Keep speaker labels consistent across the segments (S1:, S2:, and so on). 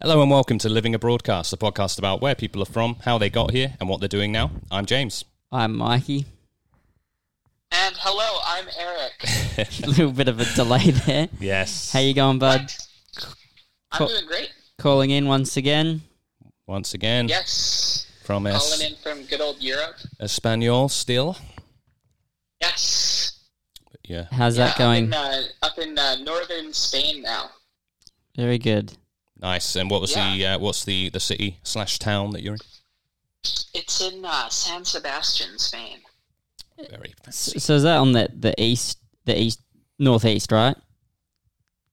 S1: Hello and welcome to Living a Broadcast, the podcast about where people are from, how they got here, and what they're doing now. I'm James.
S2: I'm Mikey.
S3: And hello, I'm Eric.
S2: A little bit of a delay there.
S1: Yes.
S2: How you going, bud?
S3: I'm
S2: Cool.
S3: doing great.
S2: Calling in once again.
S1: Once again,
S2: Mm.
S3: Yes.
S1: from es-
S3: Calling in from good old Europe.
S1: Espanol still.
S3: Yes.
S1: But yeah.
S2: How's
S3: Yeah,
S2: that going?
S3: Up in, uh, up in uh, northern Spain now.
S2: Very good.
S1: Nice. And what was the uh, what's the the city slash town that you're
S3: It's in uh, San Sebastian, Spain. Uh,
S1: in? Very
S2: S-
S1: fancy.
S2: So is that on the, the east, the east, northeast, right?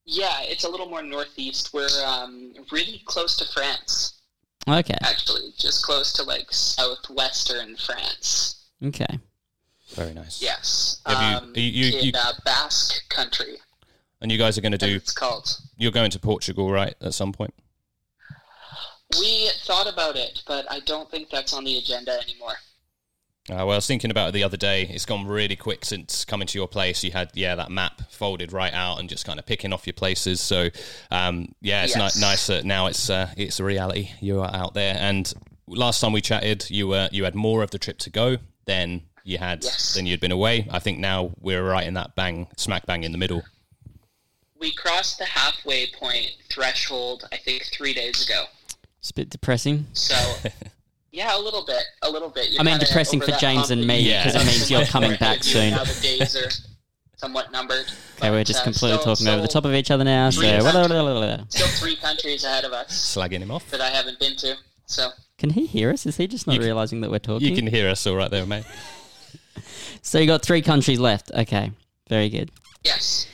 S3: Yeah, it's a little more northeast. We're um, really close to France,
S2: Okay.
S3: actually, just close to like southwestern France.
S2: Okay.
S1: Very nice.
S3: Yes.
S1: Have you-
S3: um,
S1: you- you-
S3: in
S1: you-
S3: Uh, Basque country,
S1: And you guys are going to
S3: as
S1: do.
S3: it's called.
S1: You're going to Portugal, right? At some point.
S3: We thought about it, but I don't think that's on the agenda anymore.
S1: Uh, well, I was thinking about it the other day. It's gone really quick since coming to your place. You had yeah that map folded right out and just kind of picking off your places. So um, yeah, it's
S3: Yes.
S1: ni- nice that now it's uh, it's a reality. You are out there. And last time we chatted, you were you had more of the trip to go than you had
S3: Yes.
S1: than you'd been away. I think now we're right in that bang smack bang in the middle.
S3: we crossed the halfway point threshold i think three days ago
S2: It's a bit depressing.
S3: so yeah a little bit a little bit You're
S2: I mean,
S3: kinda
S2: depressing
S3: over
S2: for
S3: that
S2: James
S3: hump
S2: and
S3: that
S2: me
S3: you-
S1: Yeah.
S2: because it means you're coming back
S3: you
S2: soon.
S3: now the days are somewhat numbered
S2: Okay, we're
S3: but,
S2: just
S3: uh,
S2: completely
S3: still-
S2: talking over the
S3: still-
S2: top of each other now. So
S3: Yes.
S2: blah, blah, blah, blah, blah.
S3: still three countries ahead of us
S1: Slagging him off.
S3: that i haven't been to so
S2: can he hear us? Is he just not
S1: You can-
S2: realizing that we're talking?
S1: You
S3: Mm-hmm.
S1: can hear us all right there, mate.
S2: So you got three countries left. Okay, very good.
S3: yes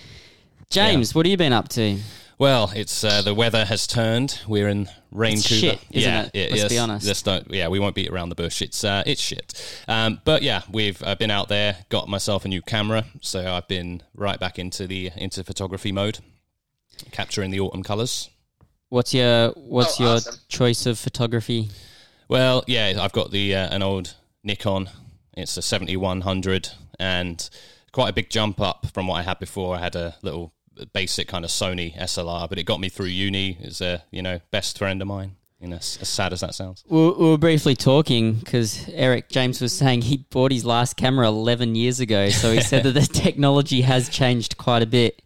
S2: James, what have you been up to?
S1: Well, it's uh, the weather has turned. We're in rain.
S2: It's
S1: Cooper.
S2: shit, isn't
S1: yeah,
S2: it? Let's be honest.
S1: let's don't. Yeah, we won't beat around the bush. It's uh, it's shit. Um, but yeah, we've uh, been out there, got myself a new camera, so I've been right back into the into photography mode, capturing the autumn colours.
S2: What's your What's
S3: Oh,
S2: your
S3: awesome.
S2: choice of photography?
S1: Well, yeah, I've got the uh, an old Nikon. It's a seventy one hundred, and quite a big jump up from what I had before. I had a little basic kind of Sony SLR, but it got me through uni. It's a you know best friend of mine. You know, as as sad as that sounds.
S2: We were, we were briefly talking because Eric James was saying he bought his last camera 11 years ago. So he said that the technology has changed quite a bit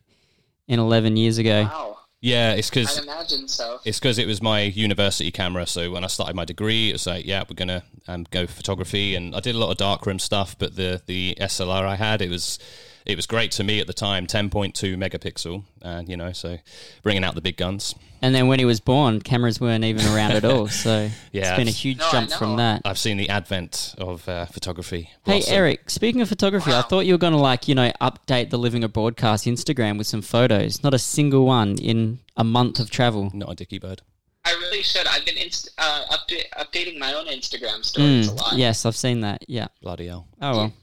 S2: in 11 years ago.
S3: wow
S1: Yeah, it's
S3: i
S1: because
S3: imagine so
S1: it's because it was my university camera. So when I started my degree, it was like, yeah, we're gonna um, go photography, and I did a lot of darkroom stuff. But the the SLR I had, it was it was great to me at the time, ten point two megapixel, and you know, so bringing out the big guns.
S2: And then when he was born, cameras weren't even around at all. So
S1: Yeah.
S2: it's been a huge
S3: No, I
S2: jump from
S3: know. Uh,
S2: that.
S1: I've seen the advent of uh, photography.
S2: Hey
S1: blossom.
S2: Eric, speaking of photography, I
S3: Wow.
S2: thought you were going to like, you know, update the Living a Broadcast Instagram with some photos. Not a single one in a month of travel.
S1: not a dicky bird.
S3: i really should i've been inst- uh, upda- updating my own instagram
S2: Hmm,
S3: stories a lot
S2: Yes, I've seen that. Yeah.
S1: Bloody hell!
S2: Oh well.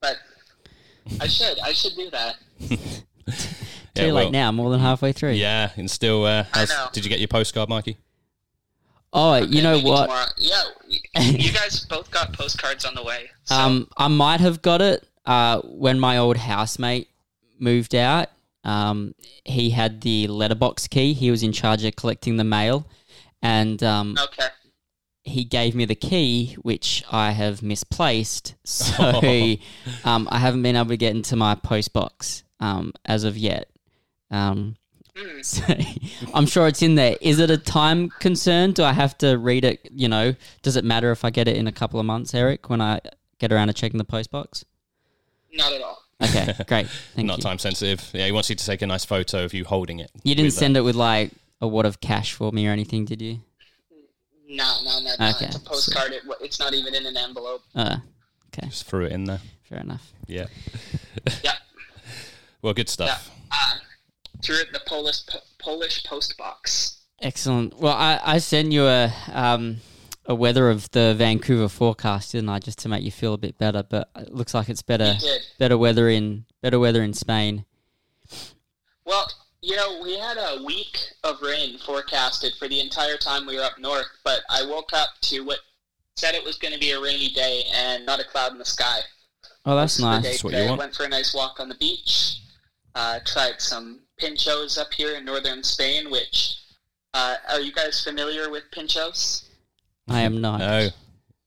S3: but i should i should do that
S2: Too late
S1: well, mm,
S2: now, more than halfway through.
S1: Yeah, and still, uh,
S3: I
S1: how's-
S3: know.
S1: did you get your postcard, Mikey?
S2: Oh, you know
S3: Maybe
S2: what?
S3: tomorrow. yeah you guys both got postcards on the way so
S2: Um, I might have got it uh, when my old housemate moved out. Um, he had the letterbox key. He was in charge of collecting the mail, and um,
S3: okay
S2: he gave me the key, which I have misplaced. So um, I haven't been able to get into my post box um, as of yet. Um,
S3: Hmm.
S2: so I'm sure it's in there. Is it a time concern? Do I have to read it? You know, does it matter if I get it in a couple of months, Eric, when I get around to checking the post box?
S3: Not at all.
S2: Okay, great. Thank
S1: not
S2: you.
S1: time sensitive. Yeah, he wants you to take a nice photo of you holding it.
S2: You didn't
S1: with, uh,
S2: send it with like a wad of cash for me or anything, did you?
S3: No, no, no. no.
S2: Okay.
S3: It's a postcard. It, it's not even in an envelope.
S2: Uh,
S1: Just threw it in there.
S2: fair enough.
S1: Yeah.
S3: Yeah.
S1: Well, good stuff.
S3: Uh, threw it in the Polish po- Polish post box.
S2: Excellent. Well, I, I sent you a um, a weather of the Vancouver forecast, didn't I, just to make you feel a bit better? But it looks like it's better
S3: You did.
S2: better weather in better weather in Spain.
S3: Well, you know, we had a week of rain forecasted for the entire time we were up north, but I woke up to what said it was going to be a rainy day and not a cloud in the sky.
S2: Oh, that's
S3: This is the
S2: nice.
S3: day
S1: That's what you
S3: today. I
S1: want.
S3: Went for a nice walk on the beach. Uh, tried some pinchos up here in northern Spain, which Uh, are you guys familiar with pinchos?
S2: I am not.
S1: No,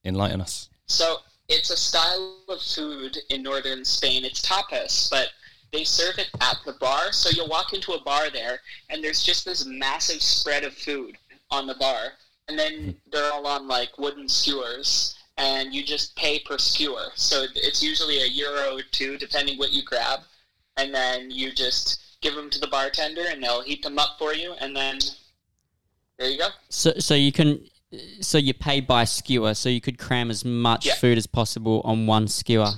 S1: enlighten us.
S3: So it's a style of food in northern Spain. It's tapas, but they serve it at the bar. So you'll walk into a bar there, and there's just this massive spread of food on the bar, and then they're all on like wooden skewers, and you just pay per skewer. So it's usually a euro or two, depending what you grab, and then you just give them to the bartender, and they'll heat them up for you, and then there you go.
S2: So, so you can, so you pay by skewer, so you could cram as much
S3: Yeah.
S2: food as possible on one skewer.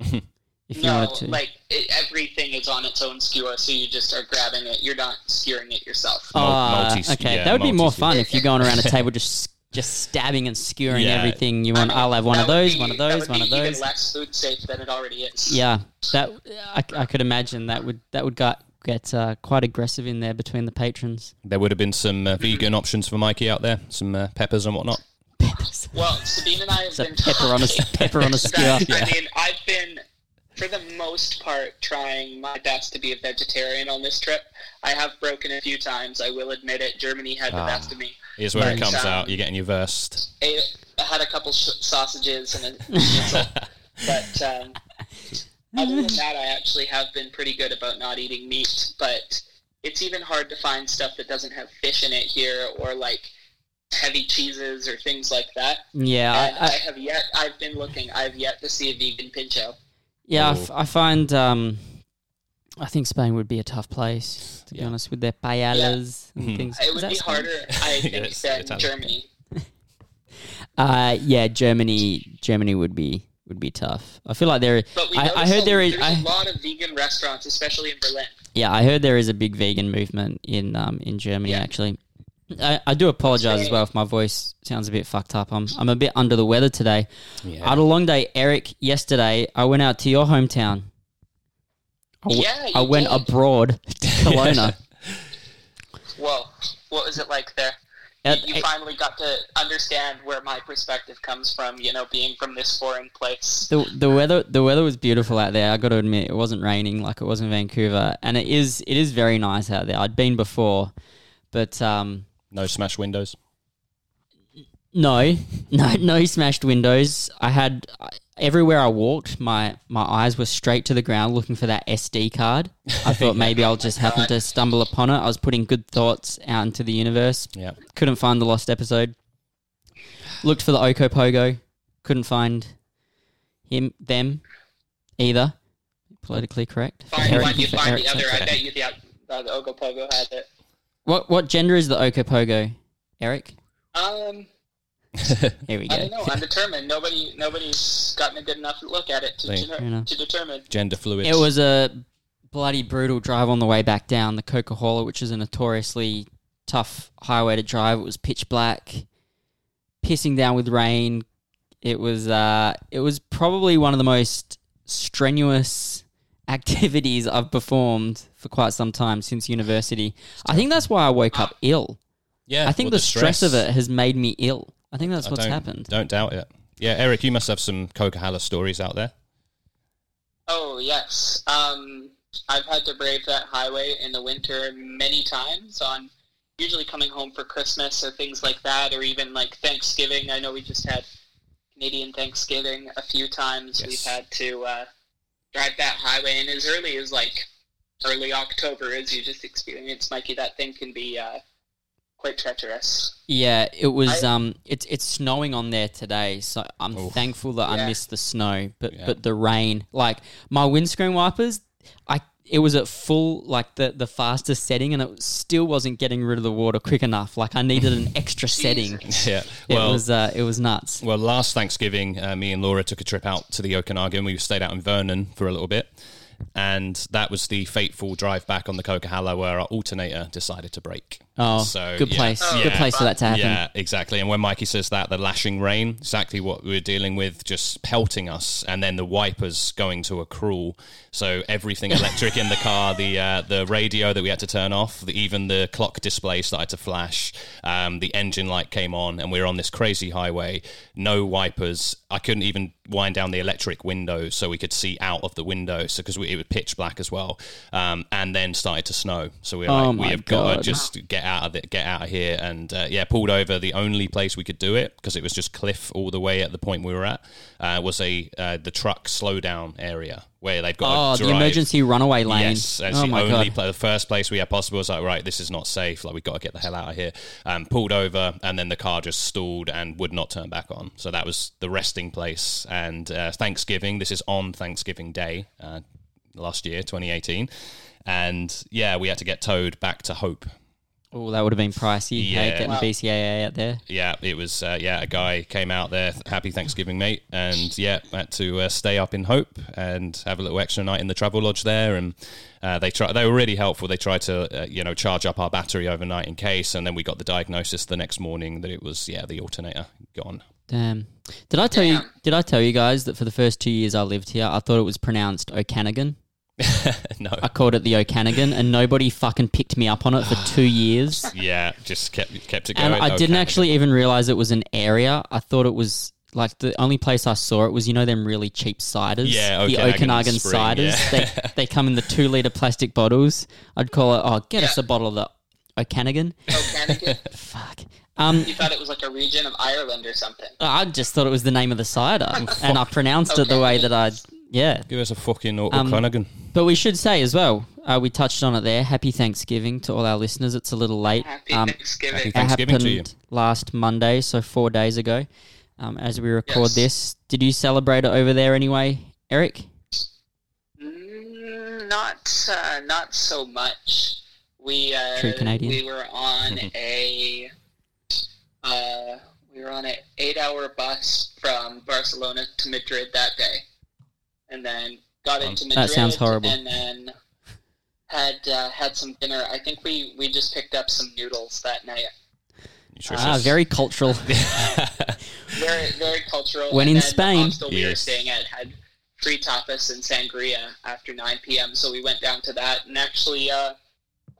S2: if you
S3: no,
S2: wanted to.
S3: like it, everything is on its own skewer, so you just are grabbing it. You're not skewering it yourself.
S1: Mul-
S2: Ah,
S1: multi-
S2: okay,
S1: yeah,
S2: that would be more
S1: multi-skewer.
S2: fun if you're going around a table just just stabbing and skewering
S1: Yeah.
S2: everything you want. I'll have one
S3: That
S2: of
S3: would
S2: those,
S3: be-
S2: one of
S3: that
S2: those,
S3: would
S2: one
S3: be
S2: of those.
S3: Even less food safe than it already is.
S2: Yeah, that I, I could imagine that would that would got, get uh, quite aggressive in there between the patrons.
S1: There would have been some uh, vegan options for Mikey out there, some uh, peppers and whatnot.
S2: Peppers.
S3: Well, Sabine and I have
S2: It's a
S3: been
S2: pepper on a
S3: talking
S2: pepper on a skewer.
S3: about- I mean, I've been for the most part trying my best to be a vegetarian on this trip. I have broken a few times. I will admit it. Germany had the
S1: Ah.
S3: best of me. um,
S1: Here's where it
S3: Nice.
S1: comes out. You're getting your versed.
S3: I I had a couple sh- sausages and a schnitzel, but um, other than that, I actually have been pretty good about not eating meat. But it's even hard to find stuff that doesn't have fish in it here, or like heavy cheeses or things like that.
S2: Yeah,
S3: And I,
S2: I, I,
S3: have yet. I've been looking. I've yet to see a vegan pincho.
S2: yeah. I, f- I find um, I think Spain would be a tough place to be
S1: Yeah.
S2: honest with their paellas
S1: Mhm.
S2: and things.
S3: It
S2: Is
S3: would
S2: that
S3: be
S2: Spain?
S3: harder, I think,
S1: Yes,
S3: than
S1: Italian.
S3: Germany.
S2: Uh, yeah, Germany. Germany would be would be tough. I feel like there.
S3: But we
S2: I, I
S3: noticed
S2: heard
S3: a-
S2: there is.
S3: there's
S2: I,
S3: a lot of vegan restaurants, especially in Berlin.
S2: yeah, I heard there is a big vegan movement in um in Germany.
S3: Yeah.
S2: Actually, I, I do apologize as well if my voice sounds a bit fucked up. I'm I'm a bit under the weather today. I
S1: Yeah.
S2: had a long day, Eric. Yesterday, I went out to your hometown. I w-
S3: Yeah, you
S2: I went
S3: did.
S2: abroad to Kelowna.
S3: Whoa, what was it like there?
S2: At-
S3: you finally got to understand where my perspective comes from, you know, being from this foreign place.
S2: the the weather the weather was beautiful out there. I got to admit, it wasn't raining like it was in Vancouver, and it is it is very nice out there. I'd been before, but um,
S1: No smash windows.
S2: no, no, no smashed windows. I had everywhere I walked, my my eyes were straight to the ground, looking for that SD card. I thought maybe I'll just happen to stumble upon it. I was putting good thoughts out into the universe.
S1: Yeah.
S2: Couldn't find the lost episode. Looked for the Okopogo. Couldn't find him, them, either. Politically correct. For
S3: Find
S2: Eric
S3: one,
S2: and
S3: you
S2: for
S3: find the
S2: Eric's
S3: other. I
S2: episode.
S3: bet you the, uh, the Ogopogo has it.
S2: What what gender is the Okopogo, Eric?
S3: Um,
S2: Here we
S3: I don't
S2: go.
S3: know. I'm determined. Nobody, nobody's gotten a good enough look at it to,
S1: Thank-
S3: deter-
S2: Fair enough.
S3: to determine.
S1: Gender fluid.
S2: It was a bloody brutal drive on the way back down the Coca-Cola, which is a notoriously tough highway to drive. It was pitch black, pissing down with rain. It was uh, it was probably one of the most strenuous activities I've performed for quite some time since university. I think that's why I woke up ill.
S1: Yeah.
S2: I think
S1: well,
S2: the stress of it has made me ill. I think that's
S1: I
S2: what's
S1: don't-
S2: happened.
S1: Don't doubt it. Yeah, Eric, you must have some Coca-Cola stories out there.
S3: Oh yes. Um, I've had to brave that highway in the winter many times on usually coming home for Christmas or things like that, or even like Thanksgiving. I know we just had Canadian Thanksgiving a few times.
S1: Yes.
S3: We've had to uh, drive that highway, and as early as like early October, as you just experienced, Mikey, that thing can be uh, quite treacherous.
S2: Yeah, it was.
S3: I-
S2: um, it's it's snowing on there today, so I'm
S1: Oof.
S2: thankful that I
S3: Yeah.
S2: missed the snow. But
S1: Yeah.
S2: but the rain, like my windscreen wipers, I it was at full like the the fastest setting, and it still wasn't getting rid of the water quick enough. Like I needed an extra setting.
S1: yeah.
S2: It
S1: Well,
S2: was uh, it was nuts.
S1: Well, last Thanksgiving, uh, me and Laura took a trip out to the Okanagan. We stayed out in Vernon for a little bit. And that was the fateful drive back on the Coca-Cola where our alternator decided to break.
S2: Oh,
S1: So,
S2: good
S1: yeah.
S2: place,
S3: Oh,
S2: good
S1: yeah.
S2: place for that to happen.
S1: Yeah, exactly. And when Mikey says that, the lashing rain, exactly what we were dealing with, just pelting us, and then the wipers going to a crawl. So everything electric in the car, the uh, the radio that we had to turn off, the, even the clock display started to flash. Um, the engine light came on, and we were on this crazy highway. No wipers. I couldn't even wind down the electric window so we could see out of the window. So because it was pitch black as well, um, and then started to snow. So we were
S2: Oh
S1: like, we
S2: my
S1: have got to
S2: God.
S1: just get out of it, get out of here, and uh, yeah, pulled over. The only place we could do it because it was just cliff all the way at the point we were at uh, was a uh, the truck slowdown area where they've got
S2: Oh,
S1: to
S2: the
S1: drive-
S2: emergency runaway lane.
S1: Yes, that's
S2: oh
S1: the
S2: my
S1: only
S2: god.
S1: pla- the first place we had possible was like, right, this is not safe. Like we got to get the hell out of here. Um, pulled over, and then the car just stalled and would not turn back on. So that was the resting place. And uh, Thanksgiving, this is on Thanksgiving Day uh, last year, 2018, and yeah, we had to get towed back to Hope.
S2: Oh, that would have been pricey. Yeah,
S1: Yeah.
S2: getting
S3: Wow.
S2: BCAA out there.
S1: Yeah, it was. Uh, yeah, a guy came out there, happy Thanksgiving, mate, and yeah, had to uh, stay up in Hope and have a little extra night in the travel lodge there. And uh, they try, they were really helpful. They tried to, uh, you know, charge up our battery overnight in case, and then we got the diagnosis the next morning that it was yeah the alternator gone.
S2: Damn. Did I tell you?
S3: Damn.
S2: Did I tell you guys that for the first two years I lived here, I thought it was pronounced Okanagan.
S1: no,
S2: I called it the Okanagan, and nobody fucking picked me up on it for two years.
S1: yeah, just kept kept it going.
S2: And I didn't
S1: Okay.
S2: actually even realize it was an area. I thought it was like the only place I saw it was you know them really cheap ciders,
S1: Yeah,
S2: the
S1: Okanagan
S2: Okanagan
S1: Spring,
S2: ciders.
S1: yeah.
S2: They they come in the two liter plastic bottles. I'd call it oh get us a bottle of the Okanagan.
S3: Oh, Canada?
S2: Fuck. Um,
S3: you thought it was like a region of Ireland or something.
S2: I just thought it was the name of the cider, and I pronounced it the way that I yeah.
S1: give us a
S2: Um,
S1: fucking O'Connigan.
S2: But we should say as well, uh, we touched on it there. Happy Thanksgiving to all our listeners. It's a little late.
S3: Happy
S2: Um,
S3: Thanksgiving.
S1: happy
S2: That
S1: Thanksgiving
S2: happened
S1: to you.
S2: last Monday, so four days ago. Um, as we record
S3: Yes.
S2: this, did you celebrate it over there anyway, Eric?
S3: Mm, Not uh, not so much. We uh,
S2: True Canadian. Mm-hmm.
S3: We were on a uh, we were on an eight-hour bus from Barcelona to Madrid that day, and then got into Madrid.
S2: That sounds horrible.
S3: And then had uh, had some dinner. I think we we just picked up some noodles that night.
S1: Nutritious.
S2: Ah, very cultural.
S3: Very very cultural.
S2: When
S3: and
S2: in
S3: then the
S2: Spain.
S3: hostel we were
S1: Yes.
S3: staying at had free tapas and sangria after 9 p.m. So we went down to that and actually, uh,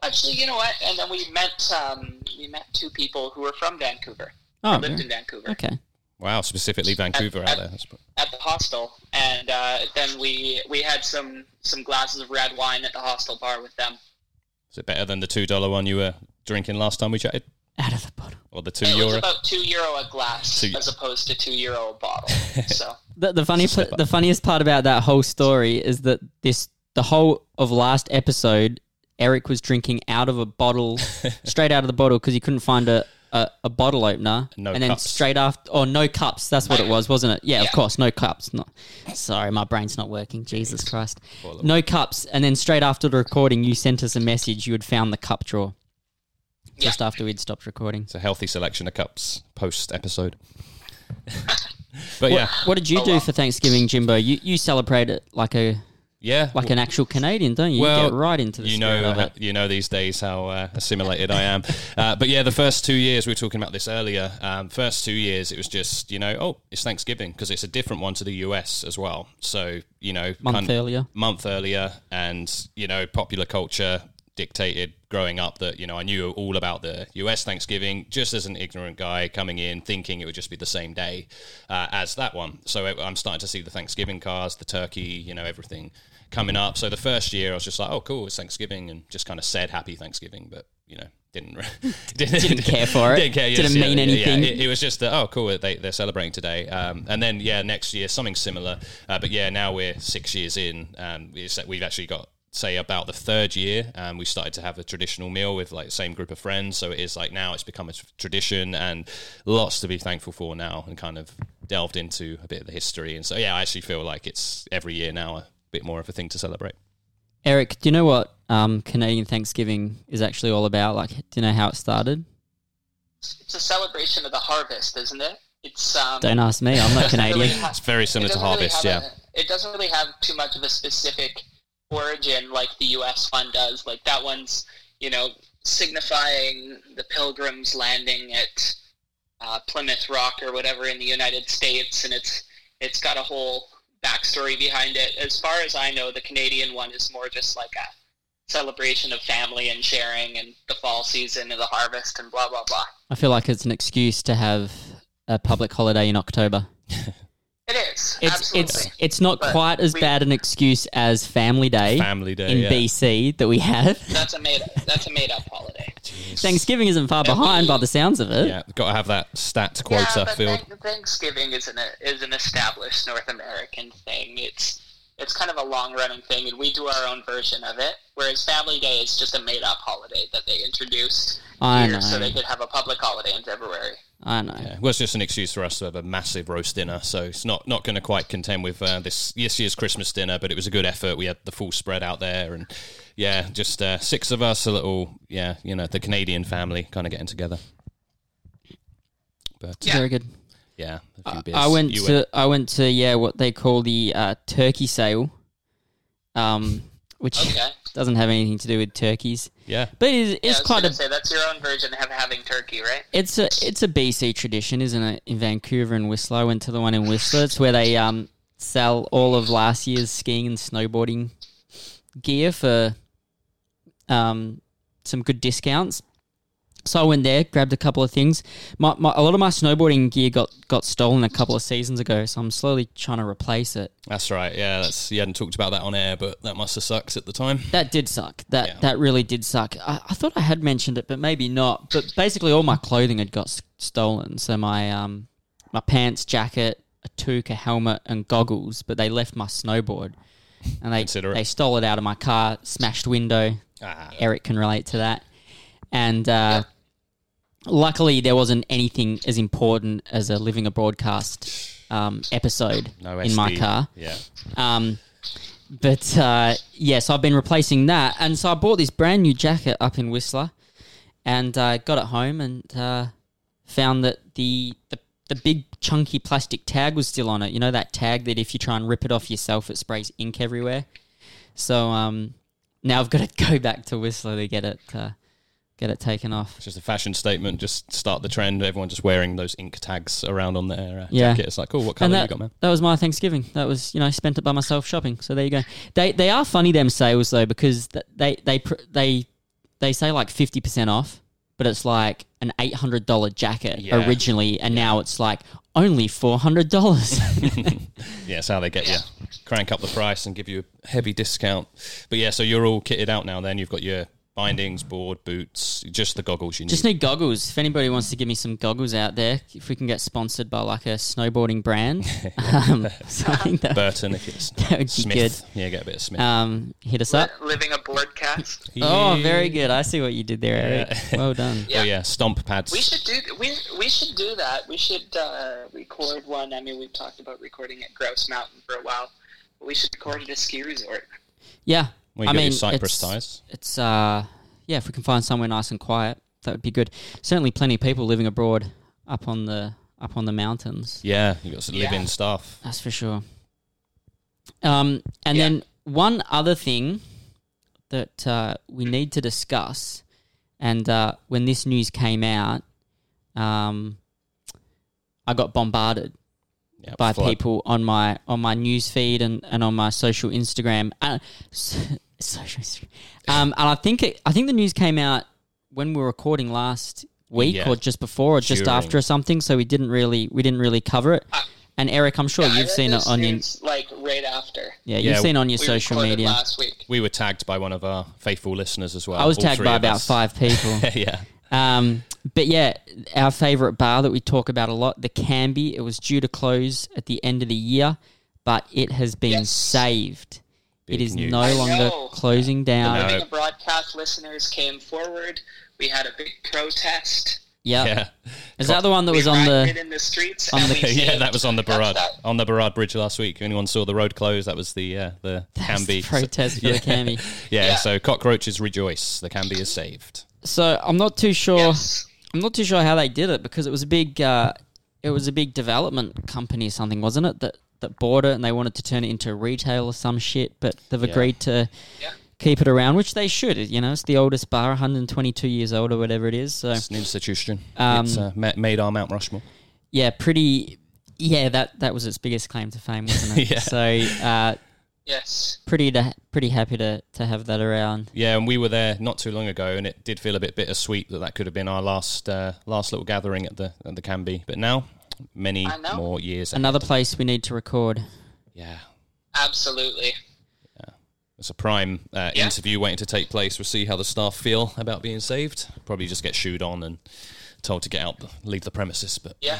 S3: actually, you know what? And then we met um, we met two people who were from Vancouver,
S2: Oh,
S3: lived
S2: very-
S3: in Vancouver
S2: okay.
S1: wow, specifically Vancouver out there. That's-
S3: at the hostel, and uh, then we we had some some glasses of red wine at the hostel bar with them.
S1: Is it better than the two dollar one you were drinking last time we chatted,
S2: Out of the bottle.
S1: or the two
S3: it was
S1: euro?
S3: about two euro a glass
S1: Two-
S3: as opposed to two euro a bottle. so
S2: The, the funny,
S1: It's a
S2: pl-
S1: step up.
S2: the funniest part about that whole story is that this, the whole of last episode, Eric was drinking out of a bottle, straight out of the bottle, because he couldn't find a. A, a bottle opener,
S1: No
S2: and then
S1: cups.
S2: straight after, or no cups. That's what it was, wasn't it? Yeah, of
S3: Yeah.
S2: course, no cups. Not, sorry, my brain's not working. Jesus Christ,
S1: Well,
S2: No cups, and then straight after the recording, you sent us a message. You had found the cup drawer
S3: yeah,
S2: just after we'd stopped recording.
S1: It's a healthy selection of cups post episode. but yeah,
S2: What, what did you
S3: Oh,
S2: do
S3: well.
S2: for Thanksgiving, Jimbo? You you celebrate it like a
S1: yeah,
S2: like an actual Canadian, don't you? you
S1: Well,
S2: get right into the
S1: you
S2: spirit
S1: know,
S2: of it.
S1: you know these days how uh, assimilated I am. Uh, but yeah, the first two years we were talking about this earlier. Um, first two years, it was just you know, oh, it's Thanksgiving because it's a different one to the US as well. So you know,
S2: Month
S1: kind-
S2: earlier.
S1: month earlier, and you know, popular culture dictated growing up that you know I knew all about the U.S. Thanksgiving just as an ignorant guy coming in thinking it would just be the same day uh, as that one. So I- I'm starting to see the Thanksgiving cards, the turkey, you know, everything coming up. So the first year I was just like, oh, cool, it's Thanksgiving, and just kind of said Happy Thanksgiving, but you know. Didn't, re- didn't
S2: care for it.
S1: Didn't care. yes,
S2: Didn't
S1: yeah,
S2: mean
S1: yeah, yeah.
S2: anything.
S1: It- it was just that oh cool they, they're celebrating today um, and then yeah next year something similar uh, but yeah now we're six years in um, it's that we've actually got say about the third year um, we started to have a traditional meal with like the same group of friends so it is like now it's become a tr- tradition and lots to be thankful for now and kind of delved into a bit of the history and so yeah i actually feel like it's every year now a bit more of a thing to celebrate
S2: Eric, do you know what um, Canadian Thanksgiving is actually all about? Like, do you know how it started?
S3: it's a celebration of the harvest, isn't it? It's um,
S2: Don't ask me. I'm not
S3: doesn't really
S2: Canadian.
S3: ha-
S1: it's very similar
S3: It
S1: to
S3: doesn't really
S1: harvest
S3: have
S1: yeah
S3: a- it doesn't really have too much of a specific origin like the U.S. one does. Like that one's, you know, signifying the Pilgrims landing at uh, Plymouth Rock or whatever in the United States, and it's it's got a whole backstory behind it. As far as I know, the Canadian one is more just like a celebration of family and sharing and the fall season and the harvest and blah blah blah.
S2: I feel like it's an excuse to have a public holiday in October.
S3: It is. yes,
S2: It's
S3: absolutely.
S2: it's it's not
S3: But
S2: quite as
S3: we-
S2: bad an excuse as Family Day
S1: Family Day.
S2: in
S1: yeah.
S2: BC that we have.
S3: that's a made that's a made up holiday.
S2: Thanksgiving isn't far behind by the sounds of it.
S1: Yeah, got to have that stat quota
S3: yeah, but
S1: field.
S3: thank- Thanksgiving is an is an established North American thing. It's it's kind of a long running thing, and we do our own version of it. Whereas Family Day is just a made up holiday that they introduced
S2: I
S3: here so
S2: know.
S3: they could have a public holiday in February.
S2: I know.
S1: Yeah, well, it's just an excuse for us to have a massive roast dinner, so it's not not going to quite contend with uh, this this year's Christmas dinner. But it was a good effort. We had the full spread out there, and yeah, just uh, six of us, a little yeah, you know, the Canadian family kind of getting together. But yeah,
S2: Very good.
S1: a few beers.
S2: I went
S1: You
S2: to I went to yeah what they call the uh, turkey sale, um, which
S3: Okay.
S2: doesn't have anything to do with turkeys,
S1: yeah,
S2: but it is,
S3: Yeah,
S2: it's
S3: I was
S2: quite
S3: gonna
S2: a
S3: say that's your own version of having turkey, right?
S2: It's a it's a BC tradition, isn't it? In Vancouver and Whistler, I went to the one in Whistler. It's where they um sell all of last year's skiing and snowboarding gear for um some good discounts. So I went there, grabbed a couple of things. My, my a lot of my snowboarding gear got got stolen a couple of seasons ago, so I'm slowly trying to replace it.
S1: that's right. Yeah, that's you hadn't talked about that on air, but that must have sucked at the time.
S2: That did suck. That
S1: Yeah.
S2: that really did suck. I, I thought I had mentioned it, but maybe not. But basically, all my clothing had got s- stolen. So my um my pants, jacket, a toque, a helmet, and goggles. But they left my snowboard, and they
S1: Considerate.
S2: they stole it out of my car. Smashed window.
S1: Ah,
S2: Eric can relate to that. And uh, luckily, there wasn't anything as important as a living a broadcast um, episode
S1: no,
S2: in my
S1: SD.
S2: car.
S1: Yeah,
S2: Um, but uh, yeah, so I've been replacing that, and so I bought this brand new jacket up in Whistler, and uh, got it home and uh, found that the, the the big chunky plastic tag was still on it. You know that tag that if you try and rip it off yourself, it sprays ink everywhere. So um, now I've got to go back to Whistler to get it uh, get it taken off.
S1: it's just a fashion statement. Just start the trend. Everyone just wearing those ink tags around on their uh,
S2: Yeah.
S1: jacket. It's like, cool. What color
S2: And
S1: you
S2: that,
S1: got, man?
S2: that was my Thanksgiving. That was you know I spent it by myself shopping. So there you go. They they are funny them sales though because th- they they pr- they they say like fifty percent off, but it's like an eight hundred dollar jacket
S1: Yeah.
S2: originally, and now it's like only four hundred dollars.
S1: Yeah, it's how they get you. Crank up the price and give you a heavy discount. But yeah, so you're all kitted out now then. You've got your bindings, board, boots, just the goggles you need.
S2: Just need goggles. If anybody wants to give me some goggles out there, if we can get sponsored by like a snowboarding brand, um, so I think that,
S1: Burton, if it's
S2: that would be
S1: Smith. Yeah, get a bit of Smith.
S2: good. Um, hit us up.
S3: Li- Living a broadcast.
S2: Oh, very good. I see what you did there, Eric.
S1: Yeah.
S2: Well done.
S1: Oh, yeah, stomp pads.
S3: We should do we we should do that. We should uh, record one. I mean, we've talked about recording at Grouse Mountain for a while. But we should record at a ski resort.
S2: Yeah.
S1: Well, you
S2: I
S1: got your
S2: mean,
S1: Cypress
S2: it's,
S1: ties.
S2: It's uh, yeah. If we can find somewhere nice and quiet, that would be good. Certainly, plenty of people living abroad up on the up on the mountains.
S1: Yeah, you got some
S3: Yeah.
S1: live-in stuff.
S2: That's for sure. Um, and
S3: Yeah.
S2: then one other thing that uh, we need to discuss, and uh, when this news came out, um, I got bombarded
S1: Yeah,
S2: by
S1: flood.
S2: people on my on my news feed and, and on my social Instagram. Uh, s- social Instagram. Um, and I think it, I think the news came out when we were recording last week
S1: Yeah.
S2: or just before or just
S1: During.
S2: after or something. So we didn't really we didn't really cover it.
S3: Uh,
S2: And Eric, I'm sure
S3: I
S2: you've
S3: read
S2: seen it
S3: this
S2: on your
S3: news, like right after
S1: Yeah,
S2: yeah, you've seen on your
S3: we
S2: social
S3: recorded
S2: media.
S3: last week.
S1: We were tagged by one of our faithful listeners as well.
S2: I was
S1: all
S2: tagged
S1: three
S2: by
S1: of
S2: about
S1: us.
S2: five people.
S1: yeah.
S2: Um, but yeah, our favorite bar that we talk about a lot, the Canby, it was due to close at the end of the year, but it has been
S3: Yes.
S2: saved.
S1: Big
S2: it is
S1: news.
S2: no
S1: I
S2: longer
S3: know.
S2: closing down.
S1: No.
S3: Living a broadcast listeners came forward. We had a big protest.
S2: Yep.
S1: Yeah.
S2: Is that the one that
S3: We
S2: was on
S3: rioted
S2: the?
S3: in the streets.
S2: on
S3: and
S2: the-
S3: we
S1: yeah,
S3: saved-
S1: that was on the
S3: That's
S1: Barad
S3: that.
S1: on the Barad Bridge last week. If anyone saw the road close, that was the uh, the
S2: That's
S1: Canby
S2: the protest for the Canby.
S1: Yeah,
S3: Yeah.
S1: so cockroaches rejoice. The Canby is saved.
S2: So I'm not too sure.
S1: Oh.
S3: Yes.
S2: I'm not too sure how they did it because it was a big, uh, it was a big development company or something, wasn't it? That that bought it and they wanted to turn it into retail or some shit, but they've agreed to
S3: Yeah.
S2: keep it around, which they should. You know, it's the oldest bar, 122 years old or whatever it is. So
S1: It's an institution.
S2: Um,
S1: it's uh, ma- made our Mount Rushmore.
S2: yeah, pretty. Yeah, that that was its biggest claim to fame, wasn't it?
S1: Yeah.
S2: So uh,
S3: Yes.
S2: pretty to, pretty happy to to have that around.
S1: Yeah, and we were there not too long ago, and it did feel a bit bittersweet that that could have been our last uh, last little gathering at the at the Canby. But now many
S3: I know.
S1: more years. ahead.
S2: Another place we need to record.
S1: Yeah.
S3: Absolutely.
S1: It's a prime uh,
S3: Yeah.
S1: interview waiting to take place. We'll see how the staff feel about being saved. Probably just get shooed on and told to get out, leave the premises. But
S3: Yeah.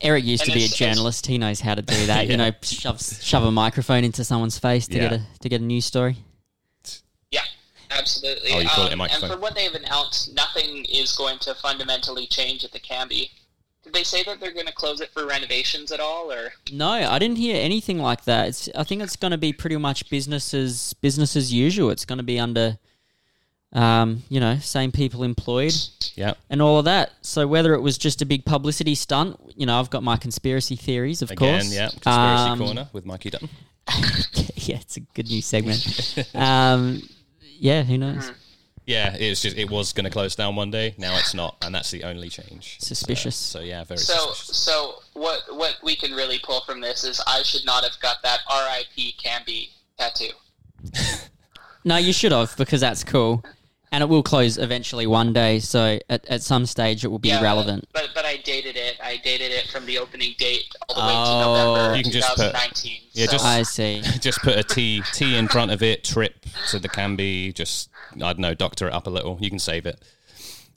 S2: Eric used
S3: And
S2: to be a
S3: it's- it's-
S2: journalist. He knows how to do that.
S1: Yeah.
S2: You know, shove shove a microphone into someone's face to
S1: Yeah.
S2: get a to get a news story.
S3: Yeah, absolutely. Um,
S1: Oh, you call it a
S3: and
S1: microphone.
S3: for what they've announced, nothing is going to fundamentally change at the Canby. Did they say that they're going to close it for renovations at all, or
S2: No, I didn't hear anything like that. It's, I think it's going to be pretty much business as business as usual. It's going to be under, um, you know, same people employed
S1: yeah,
S2: and all of that. So whether it was just a big publicity stunt, you know, I've got my conspiracy theories, of
S1: again,
S2: course.
S1: yeah, conspiracy
S2: Um,
S1: corner with Mikey Dutton.
S2: yeah, it's a good new segment. um, yeah, who
S1: Hmm.
S2: knows?
S1: Yeah, it's just it was going to close down one day. Now it's not, and that's the only change.
S2: Suspicious.
S1: So, so yeah, very
S3: so?
S1: suspicious.
S3: So what? What we can really pull from this is I should not have got that R.I.P. Canby tattoo.
S2: No, you should have because that's cool, and it will close eventually one day. So at, at some stage, it will be
S3: Yeah,
S2: relevant.
S3: But but I dated it. I dated it from the opening date all the way
S2: Oh.
S3: to November
S1: You can just put-
S3: 2019.
S1: Yeah,
S3: so-
S1: just-
S2: I see.
S1: just put a T T in front of it. Trip to the Canby. Just I don't know, doctor it up a little. You can save it.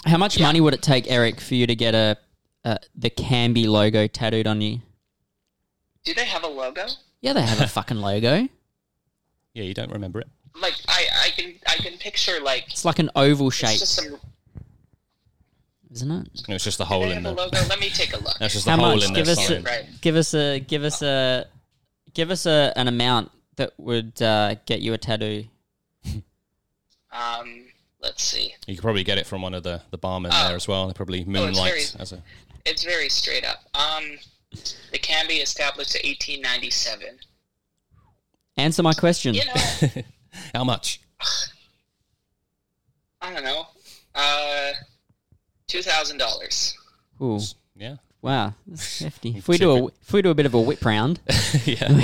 S2: How much money would it take, Eric, for you to get a, a the Canby logo tattooed on you?
S3: do they have a logo?
S2: Yeah, they have a fucking logo.
S1: Yeah, you don't remember it.
S3: Like I, I can I can picture like
S2: It's like an oval
S3: it's
S2: shape,
S3: just some.
S2: isn't it?
S1: It was just the
S3: Do
S1: hole
S3: they
S1: in
S3: have
S1: the.
S3: a logo? Let me take a look.
S1: That's just the
S2: How
S1: hole
S2: much?
S1: in
S2: Give
S1: the
S2: us a,
S1: sign.
S3: Right.
S2: give us a give us a give us a an amount that would uh, get you a tattoo.
S3: Um, let's see.
S1: You could probably get it from one of the the barmen there as well. They probably
S3: Oh. very-
S1: moonlight as a.
S3: It's very straight up. Um, the Canby established in 1897.
S2: Answer my question.
S3: You know,
S1: How much?
S3: I don't know. Uh, two thousand dollars.
S2: Ooh,
S1: Yeah.
S2: wow, that's hefty. If we do a if we do a bit of a whip round,
S1: yeah.
S3: Where,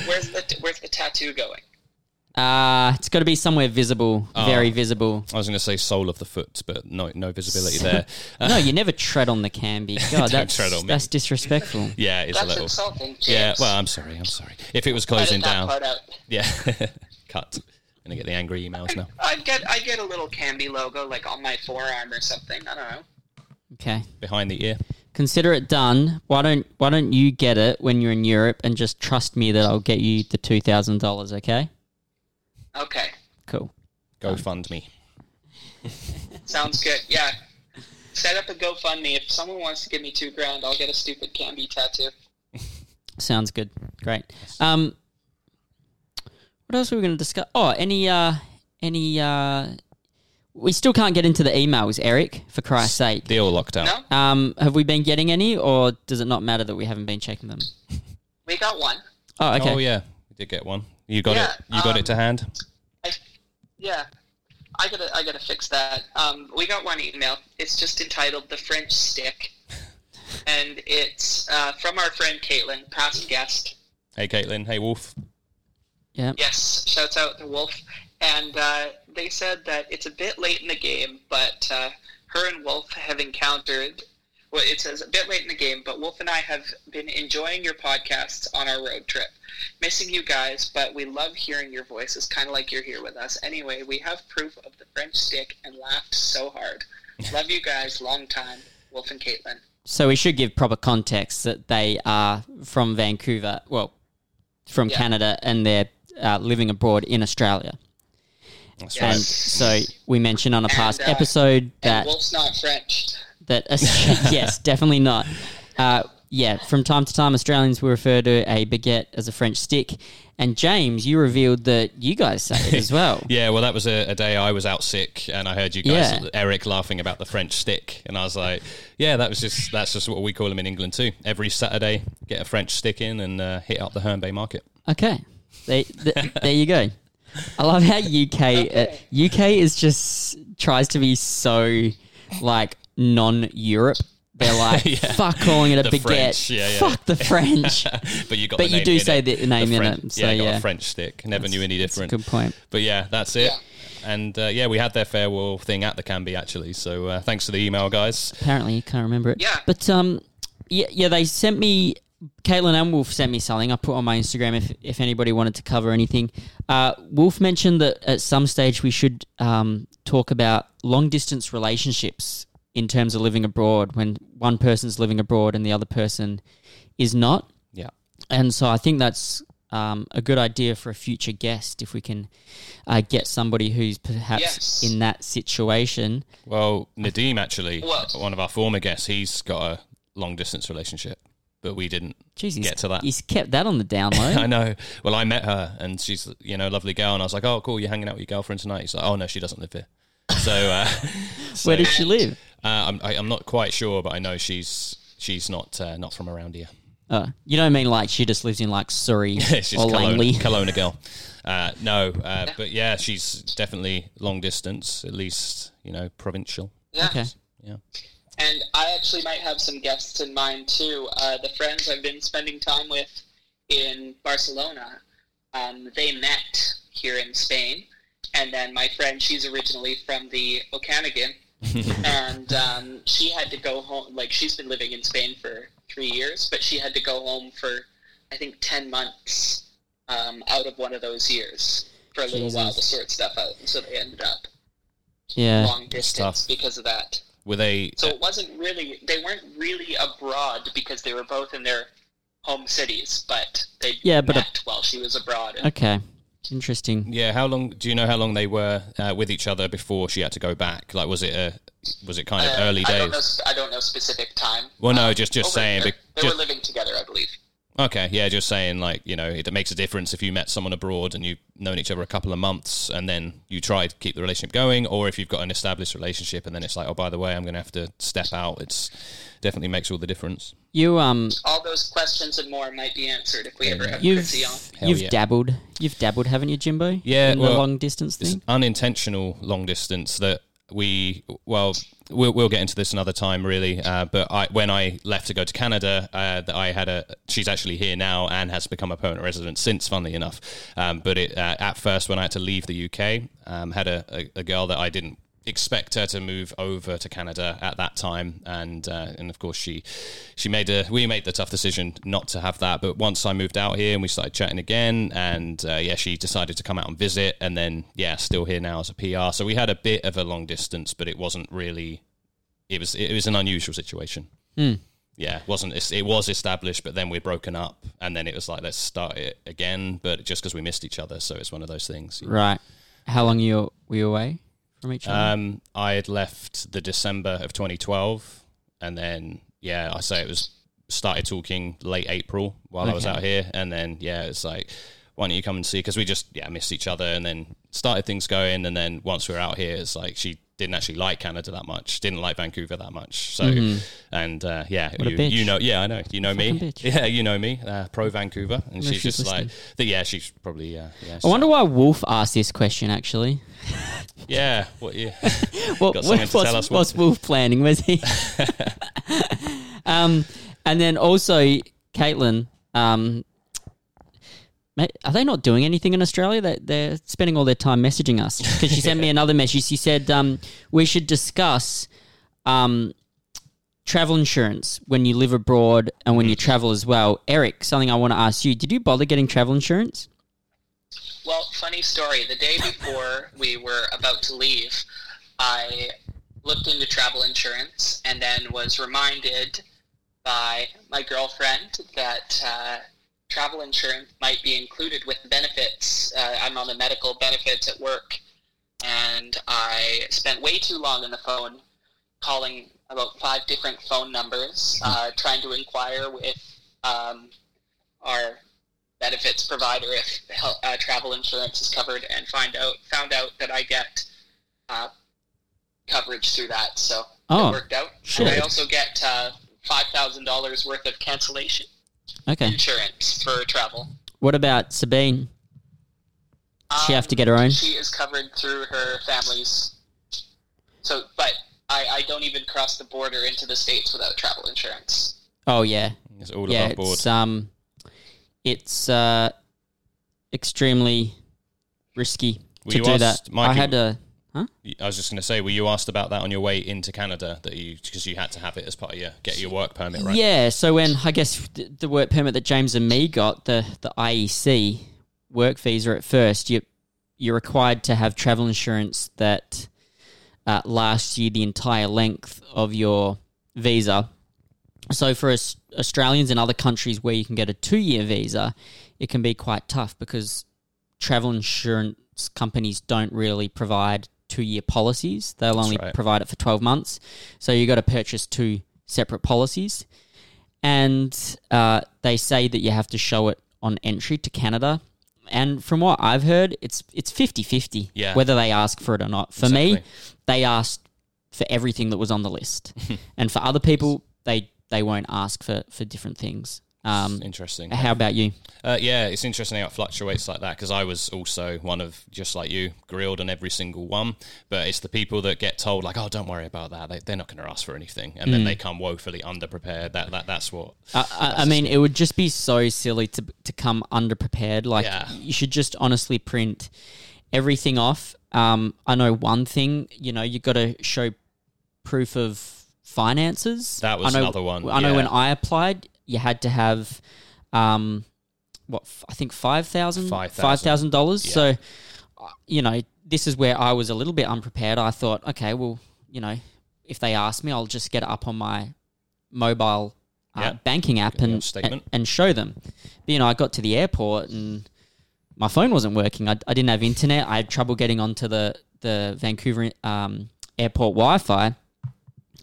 S3: where's the where's the tattoo going?
S2: uh, it's got to be somewhere visible, very visible.
S1: I was going to say sole of the foot, but no, no visibility there. Uh,
S2: No, you never tread on the Canby. God, that's
S1: tread on me.
S2: that's disrespectful.
S1: yeah, it's a
S3: That's
S1: little.
S3: insulting. James.
S1: Yeah. Well, I'm sorry. I'm sorry. If it was closing
S3: Edit that
S1: down,
S3: part out.
S1: yeah. Cut. Gonna get the angry emails now.
S3: I'd get I'd get a little Canby logo like on my forearm or something. I don't know.
S2: Okay.
S1: Behind the ear.
S2: consider it done. Why don't Why don't you get it when you're in Europe and just trust me that I'll get you the two thousand dollars? Okay,
S3: Okay,
S2: cool.
S1: Go fund me.
S3: sounds good. Yeah. Set up a GoFundMe. If someone wants to give me two grand, I'll get a stupid Canby tattoo.
S2: Sounds good. Great. Um, what else were we going to discuss? Oh, any uh, any uh, we still can't get into the emails, Eric. For Christ's sake.
S1: Deal locked out.
S3: No,
S2: Um, have we been getting any, or does it not matter that we haven't been checking them?
S3: we got one.
S2: Oh, okay.
S1: Oh yeah, we did get one. You got
S3: Yeah, um,
S1: it. You got it to hand.
S3: I, yeah, I gotta, I gotta fix that. Um, we got one email. It's just entitled "The French Stick," and it's uh, from our friend Caitlin, past guest.
S1: Hey Caitlin. Hey Wolf.
S2: yeah.
S3: Yes, shouts out to Wolf. And uh, they said that it's a bit late in the game, but uh, her and Wolf have encountered. Well, it says a bit late in the game, but Wolf and I have been enjoying your podcasts on our road trip. Missing you guys, but we love hearing your voices, kind of like you're here with us. Anyway, we have proof of the French stick and laughed so hard. Love you guys, long time, Wolf and Caitlin.
S2: So we should give proper context that they are from Vancouver, well, from
S3: Yeah.
S2: Canada, and they're uh, living abroad in Australia.
S1: That's
S3: Yeah.
S2: And
S1: right.
S2: so we mentioned on a past
S3: uh,
S2: episode
S3: And
S2: that
S3: Wolf's not French.
S2: that yes, definitely not. Uh, yeah, from time to time, Australians will refer to a baguette as a French stick. And James, you revealed that you guys say it as well.
S1: Yeah, well, that was a, a day I was out sick, and I heard you guys,
S2: Yeah.
S1: Eric, laughing about the French stick, and I was like, "Yeah, that was just that's just what we call them in England too. Every Saturday, get a French stick in and uh, hit up the Herne Bay Market."
S2: Okay, they, th- there you go. I love how UK uh, UK is just tries to be so like non-Europe. They're like fuck calling it a
S1: The
S2: baguette.
S1: French, yeah, yeah.
S2: Fuck the French.
S1: but you got.
S2: But
S1: the
S2: you
S1: name
S2: do
S1: in
S2: say
S1: it.
S2: the name in
S1: French-
S2: it, so
S1: yeah, I got
S2: yeah.
S1: a French stick. Never knew any
S2: That's a
S1: different.
S2: good point.
S1: But yeah, that's it.
S3: Yeah.
S1: And uh, yeah, we had their farewell thing at the Canby actually. So uh, thanks for the email, guys.
S2: Apparently, you can't remember it.
S3: Yeah.
S2: But um, yeah, yeah, they sent me. Caitlin and Wolf sent me something. I put on my Instagram if if anybody wanted to cover anything. Uh, Wolf mentioned that at some stage we should um, talk about long distance relationships in terms of living abroad when one person's living abroad and the other person is not.
S1: Yeah.
S2: And so I think that's um, a good idea for a future guest if we can uh, get somebody who's perhaps
S3: Yes.
S2: in that situation.
S1: Well, Nadim actually,
S3: What?
S1: one of our former guests, he's got a long distance relationship, but we didn't
S2: Jeez, he's,
S1: get to that.
S2: he's kept that on the down low.
S1: I know. Well, I met her, and she's you know a lovely girl, and I was like, oh, cool, you're hanging out with your girlfriend tonight. He's like, oh no, she doesn't live here. So, uh, so,
S2: Where does she live?
S1: uh, I'm I, I'm not quite sure, but I know she's she's not uh, not from around here.
S2: Oh, you don't mean like she just lives in like Surrey
S1: It's
S2: or
S1: just
S2: Langley?
S1: Kelowna, Kelowna girl. Uh, no, uh, but yeah, she's definitely long distance, at least you know provincial.
S3: Yeah.
S2: Okay.
S1: Yeah.
S3: And I actually might have some guests in mind too. Uh, the friends I've been spending time with in Barcelona, um, they met here in Spain. And then my friend, she's originally from the Okanagan, and um, she had to go home. Like she's been living in Spain for three years, but she had to go home for I think ten months um, out of one of those years for a little while to
S2: Jesus.
S3: sort stuff out. And so they ended up
S2: Yeah.
S3: long
S1: that's tough.
S3: distance because of that.
S1: Were they?
S3: So it wasn't really they weren't really abroad because they were both in their home cities, but they
S2: Yeah, but a-
S3: met while she was abroad. And
S2: Okay. Interesting.
S1: Yeah, how long do you know how long they were uh, with each other before she had to go back? Like, was it a, was it kind of
S3: uh,
S1: early
S3: I don't, know,
S1: days?
S3: s- I don't know specific time.
S1: Well, no, just just
S3: Over-
S1: saying.
S3: They,
S1: bec-
S3: they
S1: just-
S3: were living together, I believe.
S1: okay, yeah, just saying. Like, you know, it makes a difference if you met someone abroad and you've known each other a couple of months, and then you try to keep the relationship going, or if you've got an established relationship, and then it's like, oh, by the way, I'm going to have to step out. It's definitely makes all the difference.
S2: You um
S3: All those questions and more might be answered if we ever have
S2: you've
S3: Chrissy on.
S1: Hell
S2: you've
S1: yeah.
S2: dabbled. You've dabbled, haven't you, Jimbo?
S1: Yeah,
S2: In the
S1: well,
S2: long distance
S1: It's
S2: thing?
S1: unintentional long distance that we well we'll, we'll get into this another time really uh, but I, when i left to go to canada uh, that i had a she's actually here now and has become a permanent resident since funnily enough um, but it, uh, at first when i had to leave the uk um, had a, a, a girl that i didn't expect her to move over to Canada at that time, and uh, and of course she she made a we made the tough decision not to have that. But once I moved out here and we started chatting again, and uh, yeah, she decided to come out and visit, and then yeah, still here now as a PR. So we had a bit of a long distance, but it wasn't really it was it was an unusual situation. Yeah, it wasn't it's- it was established, but then we're broken up, and then it was like let's start it again, but just because we missed each other, so it's one of those things.
S2: Right. How long you were you away from each other?
S1: Um, I had left the December of 2012, and then yeah, I say it was started talking late April while I was
S2: Okay.
S1: out here, and then yeah, it's like why don't you come and see? Because we just yeah missed each other, and then started things going, and then once we were out here, it's like she didn't actually like Canada that much, didn't like Vancouver that much, so and uh, yeah,
S2: Mm-hmm. a
S1: you,
S2: bitch.
S1: you know, yeah, I know, you know me,
S2: Fucking bitch.
S1: yeah, you know me, uh, pro Vancouver, and
S2: if
S1: she's
S2: she's Oh,
S1: just like, that, yeah, she's probably uh, yeah,
S2: I wonder why Wolf asked this question actually.
S1: yeah, what, yeah.
S2: What,
S1: Got
S2: what,
S1: something
S2: what's,
S1: to tell us, Wolf?
S2: what's Wolf planning? Was he? um, and then also Caitlin. Um, ma- are they not doing anything in Australia? They, they're spending all their time messaging us because she sent me another message. She said um, we should discuss um, travel insurance when you live abroad and when you travel as well. Eric, something I want to ask you: Did you bother getting travel insurance?
S3: Well, funny story. The day before we were about to leave, I looked into travel insurance and then was reminded by my girlfriend that uh, travel insurance might be included with benefits. Uh, I'm on the medical benefits at work, and I spent way too long on the phone calling about five different phone numbers, uh, trying to inquire with um, our benefits provider if hel- uh, travel insurance is covered, and find out found out that I get uh, coverage through that. So
S2: Oh,
S3: it worked out.
S2: sure.
S3: And I also get uh, five thousand dollars worth of cancellation
S2: Okay.
S3: insurance for travel.
S2: What about Sabine?
S3: Um,
S2: She have to get her own.
S3: She is covered through her family's. So, but I, I don't even cross the border into the states without travel insurance.
S2: Oh yeah.
S1: It's all
S2: yeah,
S1: above board.
S2: it's um, it's uh, extremely risky
S1: Were
S2: to
S1: you
S2: do
S1: asked,
S2: that.
S1: Mikey-
S2: I had a Huh?
S1: I was just going to say, were you asked about that on your way into Canada? That you because you had to have it as part of your get your work permit, right?
S2: Yeah. So when I guess the, the work permit that James and me got, the the IEC work visa at first, you you're required to have travel insurance that uh, lasts you the entire length of your visa. So for us Australians and other countries where you can get a two year visa, it can be quite tough because travel insurance companies don't really provide two year policies. They'll only
S1: right.
S2: provide it for 12 months. So you got to purchase two separate policies. And uh, they say that you have to show it on entry to Canada. And from what I've heard, it's it's 50 50
S1: Yeah.
S2: whether they ask for it or not. For me,
S1: Exactly.
S2: they asked for everything that was on the list. and for other people, they, they won't ask for, for different things. Um,
S1: Mm, Interesting.
S2: how about you?
S1: Uh, yeah, it's interesting how it fluctuates like that because I was also one of just like you grilled on every single one. But it's the people that get told like, "Oh, don't worry about that. They, they're not going to ask for anything," and then
S2: Mm.
S1: they come woefully underprepared. That that that's what.
S2: I, I, I mean, it would just be so silly to to come underprepared. Like
S1: Yeah.
S2: you should just honestly print everything off. Um, I know one thing. You know, you got to show proof of finances.
S1: That was
S2: I know,
S1: another one,
S2: I know
S1: yeah.
S2: when I applied, you had to have, um, what f- I think five thousand
S1: $5,000,
S2: five thousand dollars.
S1: yeah.
S2: So, uh, you know, this is where I was a little bit unprepared. I thought, okay, well, you know, if they ask me, I'll just get it up on my mobile uh,
S1: Yeah.
S2: banking app
S1: your
S2: and, and
S1: statement.
S2: and show them. But, you know, I got to the airport and my phone wasn't working. I, I didn't have internet. I had trouble getting onto the the Vancouver um, airport Wi-Fi,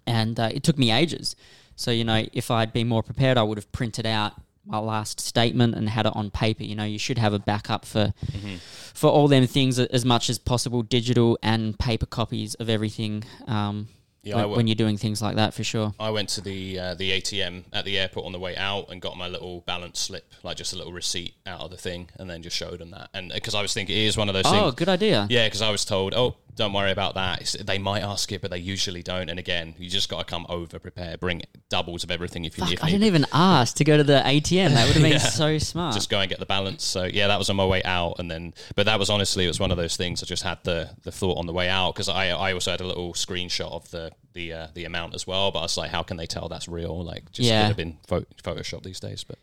S2: and uh, it took me ages. So you know, if I'd been more prepared, I would have printed out my last statement and had it on paper. You know, you should have a backup for
S1: Mm-hmm.
S2: for all them things a- as much as possible, digital and paper copies of everything. Um,
S1: Yeah, I
S2: when,
S1: would-
S2: when you're doing things like that, for sure.
S1: I went to the uh, the ATM at the airport on the way out and got my little balance slip, like just a little receipt out of the thing, and then just showed them that. And because I was thinking, it is one of those
S2: Oh,
S1: things.
S2: good idea.
S1: Yeah, because I was told, oh, don't worry about that. It's, they might ask it, but they usually don't. And again, you just got to come over prepared, bring doubles of everything if you
S2: Fuck,
S1: if
S2: I
S1: need
S2: didn't even ask to go to the ATM. That would have been so smart.
S1: just go and get the balance. So yeah, that was on my way out, and then but that was honestly it was one of those things. I just had the the thought on the way out because I I also had a little screenshot of the the uh, the amount as well. But I was like, how can they tell that's real? Like just
S2: Yeah.
S1: could have been pho- photoshopped these days. But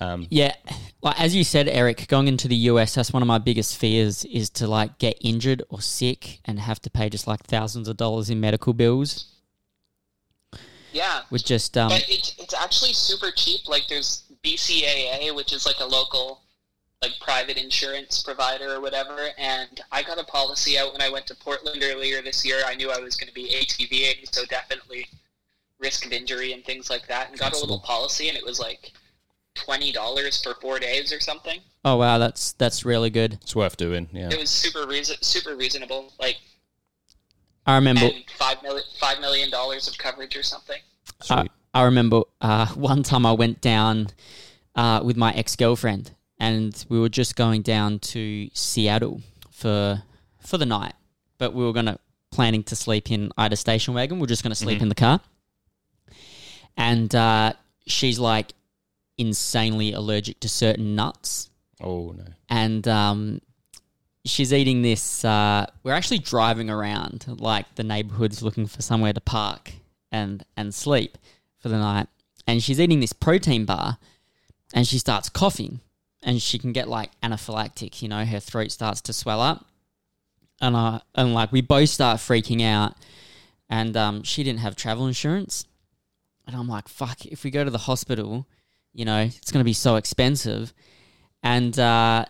S1: um,
S2: yeah, like as you said, Eric, going into the US, that's one of my biggest fears is to like get injured or sick and have to pay just like thousands of dollars in medical bills.
S3: Yeah.
S2: With just um,
S3: But it's it's actually super cheap. Like there's BCAA, which is like a local, like private insurance provider or whatever. And I got a policy out when I went to Portland earlier this year. I knew I was going to be ATVing, so definitely risk of injury and things like that. And got a little
S1: Flexible.
S3: policy, and it was like twenty dollars for four days or something.
S2: oh wow, that's that's really good.
S1: it's worth doing. Yeah,
S3: It was super reason super reasonable. Like
S2: I remember
S3: and five million five million dollars of coverage or something.
S2: I,
S1: Sweet.
S2: I remember uh, one time I went down uh, with my ex girlfriend, and we were just going down to Seattle for for the night. But we were gonna planning to sleep in I had a station wagon. We are just gonna sleep in the car, and uh, she's like insanely allergic to certain nuts,
S1: oh no,
S2: and um, she's eating this. Uh, we're actually driving around like the neighborhoods looking for somewhere to park and and sleep for the night. And she's eating this protein bar, and she starts coughing, and she can get like anaphylactic. You know, her throat starts to swell up, and I and like we both start freaking out. And um, she didn't have travel insurance, and I'm like, fuck. If we go to the hospital, you know, it's going to be so expensive. And uh,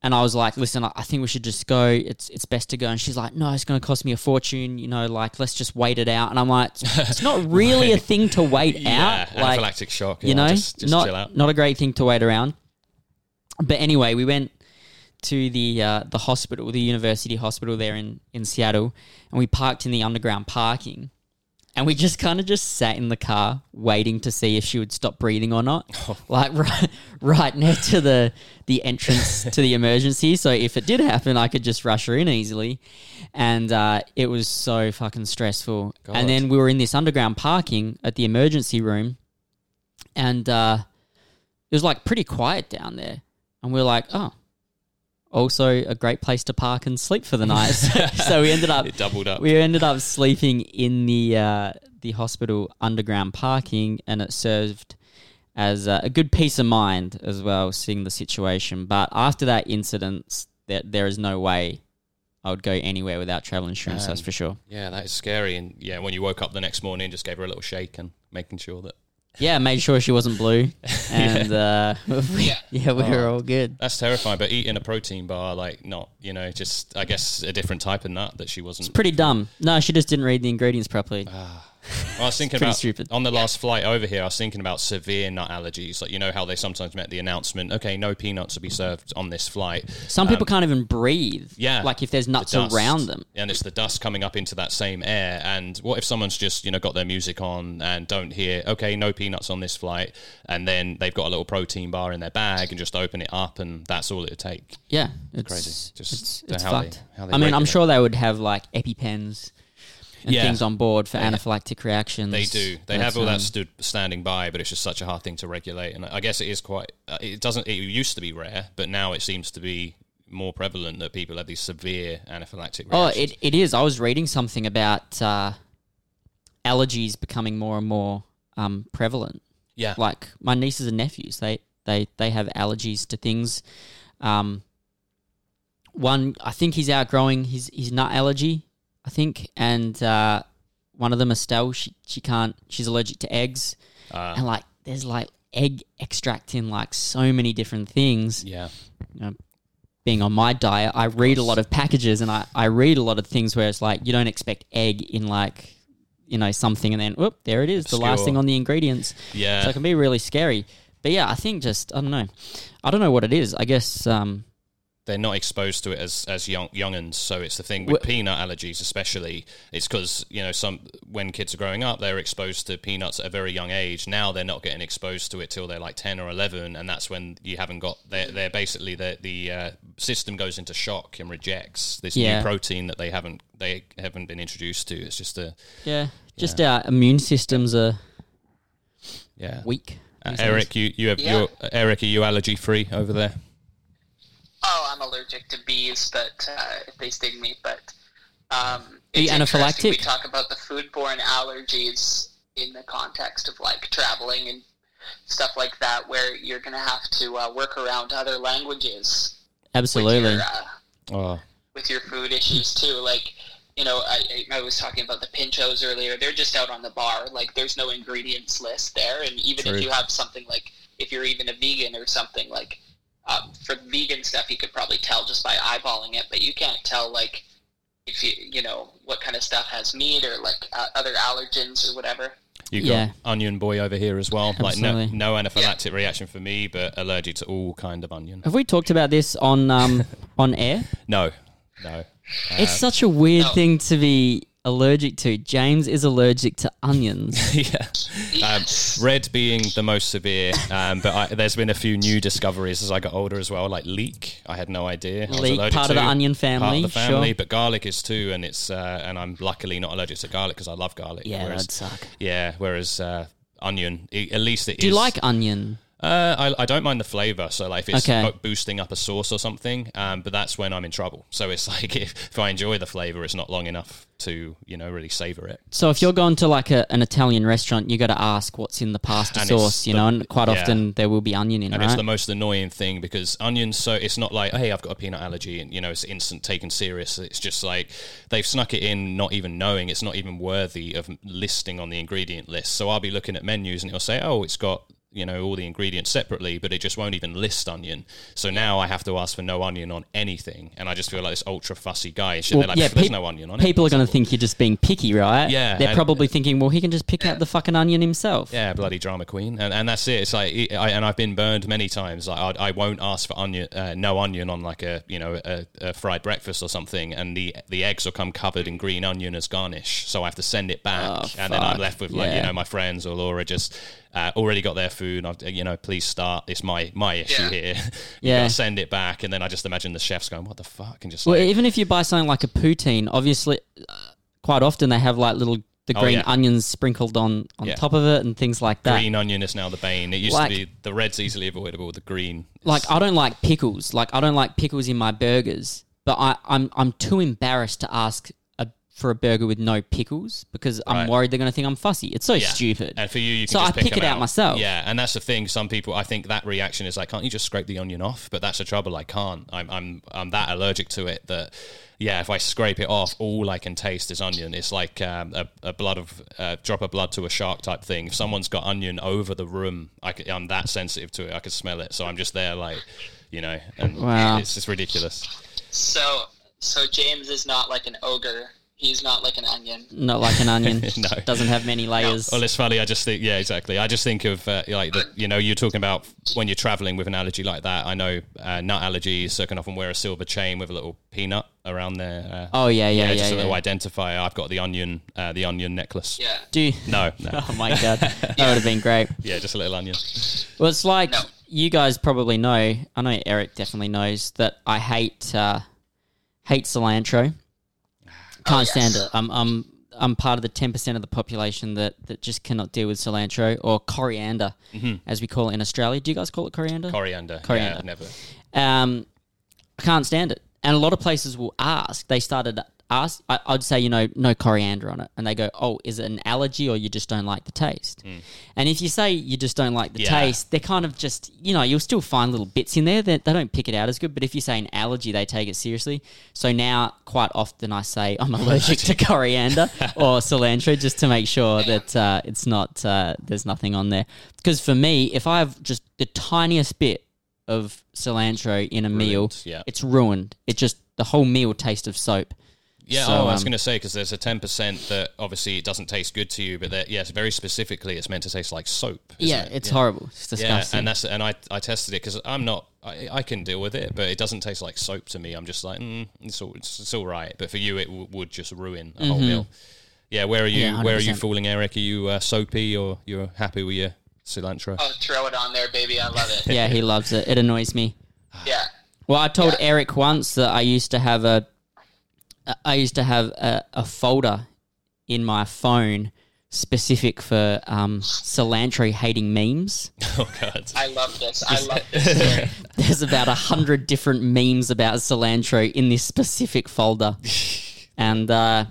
S2: and I was like, listen, I I think we should just go. It's it's best to go. And she's like, no, it's going to cost me a fortune. You know, like let's just wait it out. And I'm like, it's not really a thing to wait
S1: yeah,
S2: out. Like,
S1: anaphylactic shock.
S2: you
S1: yeah,
S2: know,
S1: just, just
S2: not
S1: chill out.
S2: not a great thing to wait around. But anyway, we went to the uh, the hospital, the university hospital there in in Seattle, and we parked in the underground parking, and we just kind of just sat in the car waiting to see if she would stop breathing or not, like right right near to the the entrance to the emergency. So if it did happen, I could just rush her in easily, and uh, it was so fucking stressful.
S1: God.
S2: And then we were in this underground parking at the emergency room and uh, it was like pretty quiet down there. And we were like, oh, also a great place to park and sleep for the night. so, so we ended up
S1: It doubled up.
S2: we ended up sleeping in the uh, the hospital underground parking, and it served as uh, a good peace of mind as well, seeing the situation. But after that incident, there, there is no way I would go anywhere without travel insurance. that's
S1: Um,
S2: for sure.
S1: yeah, that is scary. And yeah, when you woke up the next morning, just gave her a little shake and making sure that
S2: Yeah, I made sure she wasn't blue, and uh, we,
S3: Yeah.
S2: yeah, we were all good.
S1: that's terrifying. But eating a protein bar, like not, you know, just I guess a different type of nut that she wasn't.
S2: Pretty dumb. No, she just didn't read the ingredients properly.
S1: Uh, I was thinking
S2: pretty
S1: about
S2: stupid.
S1: on the last flight over here. I was thinking about severe nut allergies. Like you know how they sometimes make the announcement, okay, no peanuts will be served on this flight.
S2: Some people can't even breathe.
S1: um, yeah,
S2: like if there's nuts
S1: dust.
S2: around them.
S1: and it's the dust coming up into that same air and what if someone's just you know got their music on and don't hear okay no peanuts on this flight and then they've got a little protein bar in their bag and just open it up and that's all it would take
S2: Yeah, it's
S1: Crazy. Just
S2: it's,
S1: the-
S2: it's
S1: how they-
S2: fucked.
S1: how they
S2: I mean, I'm
S1: regulate
S2: sure they would have like epipens and
S1: Yeah.
S2: things on board for anaphylactic reactions.
S1: they do they
S2: But,
S1: have all that
S2: um,
S1: stood standing by but it's just such a hard thing to regulate and i guess it is quite uh, it doesn't it used to be rare but now it seems to be more prevalent that people have these severe anaphylactic reactions
S2: Oh, it, it is. I was reading something about uh, allergies becoming more and more um, prevalent.
S1: yeah
S2: Like my nieces and nephews, they they they have allergies to things. Um, one, I think he's outgrowing his his nut allergy. I think, and uh, one of them, Estelle, she she can't. She's allergic to eggs.
S1: uh,
S2: and like there's like egg extract in like so many different things.
S1: yeah
S2: You know, being on my diet, I read a lot of packages and I, I read a lot of things where it's like you don't expect egg in like you know something and then whoop there it is the last
S1: Obscure.
S2: thing on the ingredients.
S1: yeah
S2: So it can be really scary. But yeah, I think just I don't know, I don't know what it is. I guess um,
S1: they're not exposed to it as as young younguns. So it's the thing with peanut allergies, especially. It's because you know some when kids are growing up, they're exposed to peanuts at a very young age. Now they're not getting exposed to it till they're like ten or eleven, and that's when you haven't got. They're, they're basically the the uh, system goes into shock and rejects this
S2: Yeah.
S1: new protein that they haven't they haven't been introduced to. It's just a
S2: yeah, just our immune systems are
S1: yeah.
S2: weak.
S1: Uh, Eric, you you have
S3: Yeah.
S1: your Eric, are you allergy free over there?
S3: Oh, I'm allergic to bees, but uh, if they sting me, but um,
S2: Are you
S3: it's interesting
S2: anaphylactic?
S3: We talk about the foodborne allergies in the context of like traveling and stuff like that, where you're going to have to uh, work around other languages
S2: Absolutely.
S3: with your uh,
S1: Oh,
S3: with your food issues too. Like, you know, I, I I was talking about the pinchos earlier. They're just out on the bar. Like, there's no ingredients list there. And even
S1: True.
S3: if you have something like, if you're even a vegan or something like, um, for vegan stuff, you could probably tell just by eyeballing it. But you can't tell like if you you know what kind of stuff has meat or like uh, other allergens or whatever.
S1: You got
S2: Yeah.
S1: onion boy over here as well. Like
S2: Absolutely.
S1: no, no anaphylactic reaction for me, but allergic to all kind of onion.
S2: Have we talked about this on um, on air?
S1: No, no.
S2: It's
S1: Uh,
S2: such a weird
S3: no.
S2: thing to be allergic to. James is allergic to onions.
S1: yeah. Um, red being the most severe, um, but I, there's been a few new discoveries as I got older as well. Like leek, I had no idea. I was
S2: Leek,
S1: allergic
S2: part of
S1: to,
S2: the onion
S1: part of
S2: family,
S1: the family,
S2: sure.
S1: but garlic is too, and it's uh, and I'm luckily not allergic to garlic because I love garlic.
S2: Yeah,
S1: whereas,
S2: that'd suck.
S1: Yeah, whereas uh, onion, i at least it is.
S2: Do you like onion?
S1: Uh, I, I don't mind the flavor. So like if it's
S2: Okay.
S1: bo- boosting up a sauce or something, um, but that's when I'm in trouble. So it's like if, if I enjoy the flavor, it's not long enough to you know really savor it.
S2: So if you're going to like a, an Italian restaurant, you got to ask what's in the pasta
S1: And it's
S2: sauce, you
S1: the-
S2: know, and quite
S1: yeah.
S2: often there will be onion in,
S1: And
S2: right?
S1: it's the most annoying thing because onions. So it's not like hey, I've got a peanut allergy, and you know it's instant taken serious. It's just like they've snuck it in, not even knowing. It's not even worthy of listing on the ingredient list. So I'll be looking at menus, and it'll say, oh, it's got you know all the ingredients separately, but it just won't even list onion. So now I have to ask for no onion on anything, and I just feel like this ultra fussy guy. And shit,
S2: Well,
S1: they're like,
S2: yeah,
S1: there's
S2: peop-
S1: no onion on it.
S2: People are going to think you're just being picky, right?
S1: Yeah,
S2: They're
S1: and-
S2: probably thinking, well, he can just pick out the fucking onion himself.
S1: Yeah, bloody drama queen, and and that's it. It's like it- I, and I've been burned many times. Like I, I won't ask for onion, uh, no onion on like a you know a, a fried breakfast or something, and the the eggs will come covered in green onion as garnish. So I have to send it back,
S2: Oh,
S1: and then I'm
S2: fuck.
S1: left with like you
S2: Yeah.
S1: know my friends or Laura just uh, already got their food. And I've you know please start. It's my my issue
S3: Yeah.
S1: here. you
S2: Yeah.
S1: gotta send it back, and then I just imagine the chefs going, "What the fuck?" and just
S2: Well, e-,
S1: like
S2: even if you buy something like a poutine, obviously, uh, quite often they have like little the
S1: Oh,
S2: green
S1: yeah.
S2: onions sprinkled on on
S1: Yeah.
S2: top of it and things like that.
S1: Green onion is now the bane. It used
S2: Like-
S1: to be the red's easily avoidable. The green, is-
S2: Like I don't like pickles. Like I don't like pickles in my burgers. But I, I'm I'm too embarrassed to ask a, for a burger with no pickles because I'm
S1: Right.
S2: worried they're going to think I'm fussy. It's so
S1: Yeah.
S2: stupid.
S1: And for you, you can
S2: So
S1: just
S2: I pick
S1: them
S2: it out myself.
S1: Yeah, and that's the thing. Some people, I think that reaction is like, can't you just scrape the onion off? But that's the trouble. I can't. I'm I'm I'm that allergic to it that. Yeah, if I scrape it off, all I can taste is onion. It's like um, a, a blood of uh, drop of blood to a shark type thing. If someone's got onion over the room, I am that sensitive to it. I can smell it, so I'm just there like, you know, and
S2: Wow.
S1: it's just ridiculous.
S3: So, so James is not like an ogre. He's not like an onion.
S2: Not like an onion.
S1: No.
S2: Doesn't have many layers.
S1: Well, it's funny. I just think, yeah, exactly. I just think of uh, like the, you know, you're talking about when you're traveling with an allergy like that. I know uh, nut allergies, so can often wear a silver chain with a little peanut around their. Uh,
S2: oh yeah, yeah, yeah.
S1: just a
S2: yeah.
S1: little identifier. I've got the onion, uh, the onion necklace.
S3: Yeah.
S2: Do you-
S1: No, no,
S2: Oh my god, that would have been great.
S1: yeah, just a little onion.
S2: Well, it's like
S3: No.
S2: you guys probably know. I know Eric definitely knows that I hate uh, hate cilantro. Can't stand it. I'm I'm I'm part of the ten percent of the population that that just cannot deal with cilantro or coriander, as we call it in Australia. Do you guys call it coriander?
S1: Coriander.
S2: Coriander.
S1: Yeah, never.
S2: um, I can't stand it. And a lot of places will ask. They started ask. I, I'd say you know no coriander on it, and they go, "Oh, is it an allergy or you just don't like the taste?" And if you say you just don't like the
S1: Hmm. Yeah.
S2: taste, they're kind of just you know you'll still find little bits in there that they don't pick it out as good. But if you say an allergy, they take it seriously. So now quite often I say I'm allergic to coriander or cilantro just to make sure that uh, it's not uh, there's nothing on there. Because for me, if I have just the tiniest bit of cilantro in a meal,
S1: yeah.
S2: it's ruined. It just the whole meal tastes of soap.
S1: Yeah,
S2: So,
S1: oh, I was
S2: um,
S1: going to say because there's a ten percent that obviously it doesn't taste good to you, but that yes, very specifically, it's meant to taste like soap. isn't
S2: yeah,
S1: it?
S2: it's horrible. It's disgusting.
S1: Yeah, and that's and I I tested it because I'm not I, I can deal with it, but it doesn't taste like soap to me. I'm just like mm, it's all it's, it's all right, but for you it w- would just ruin a whole meal. Yeah, where are you?
S2: Mm-hmm. Yeah,
S1: where are you
S2: 100%.
S1: falling, Eric? Are you uh, soapy or you're happy with your cilantro?
S3: Oh, throw it on there, baby. I love it.
S2: yeah, he loves it. It annoys me.
S3: yeah.
S2: Well, I told Eric once that I used to have a, uh, I used to have a, a folder in my phone specific for um, cilantro hating memes.
S1: Oh God!
S3: I love this. I love this. story.
S2: There's about a hundred different memes about cilantro in this specific folder, and uh,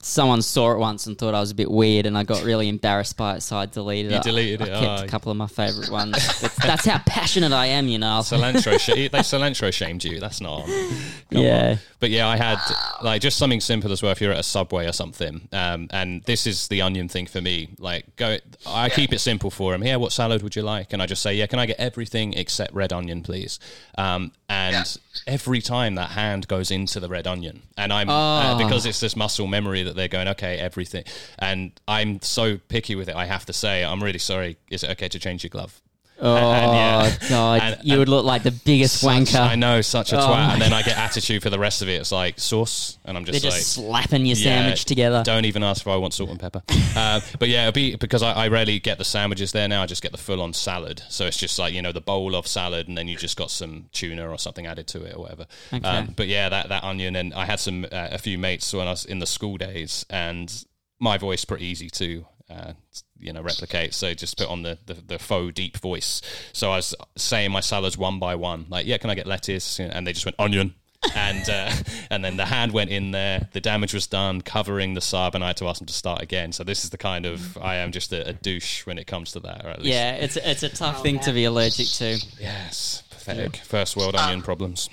S2: someone saw it once and thought I was a bit weird, and I got really embarrassed by it, so I deleted
S1: You
S2: it.
S1: deleted
S2: I,
S1: it,
S2: I kept
S1: oh.
S2: a couple of my favorite ones. That's, that's how passionate I am, you know.
S1: cilantro, sh- they cilantro shamed you. That's not on.
S2: yeah,
S1: But yeah, I had like just something simple as well. If you're at a subway or something, um, and this is the onion thing for me. Like, go. I keep it simple for him. Yeah, what salad would you like? And I just say, yeah, can I get everything except red onion, please? Um, and every time that hand goes into the red onion, and I'm uh, because it's this muscle memory that they're going, okay, everything. And I'm so picky with it. I have to say, I'm really sorry. Is it okay to change your glove?
S2: Oh
S1: yeah.
S2: god,
S1: And-
S2: you would look like the biggest
S1: Such- I
S2: wanker.
S1: know, such a
S2: Oh
S1: twat.
S2: my
S1: And then I get attitude for the rest of it. It's like sauce, and I'm
S2: They're
S1: just
S2: just
S1: like.
S2: slapping your
S1: Yeah,
S2: sandwich together.
S1: Don't even ask if I want salt and pepper. uh, but yeah, it'll be because I, I rarely get the sandwiches there now. I just get the full on salad. So it's just like you know the bowl of salad, and then you just got some tuna or something added to it or whatever. Um,
S2: Okay.
S1: but yeah, that that onion, and I had some uh, a few mates when I was in the school days, and my voice pretty easy to. Uh, you know, replicate. So just put on the, the, the faux deep voice. So I was saying my salads one by one, like, yeah, can I get lettuce? And they just went onion, and uh, and then the hand went in there. The damage was done, covering the sub, and I had to ask them to start again. So this is the kind of I am just a, a douche when it comes to that. Or at least,
S2: Yeah, it's it's a
S3: Oh,
S2: tough thing to be allergic to.
S1: Yes. Pathetic. First world onion problems.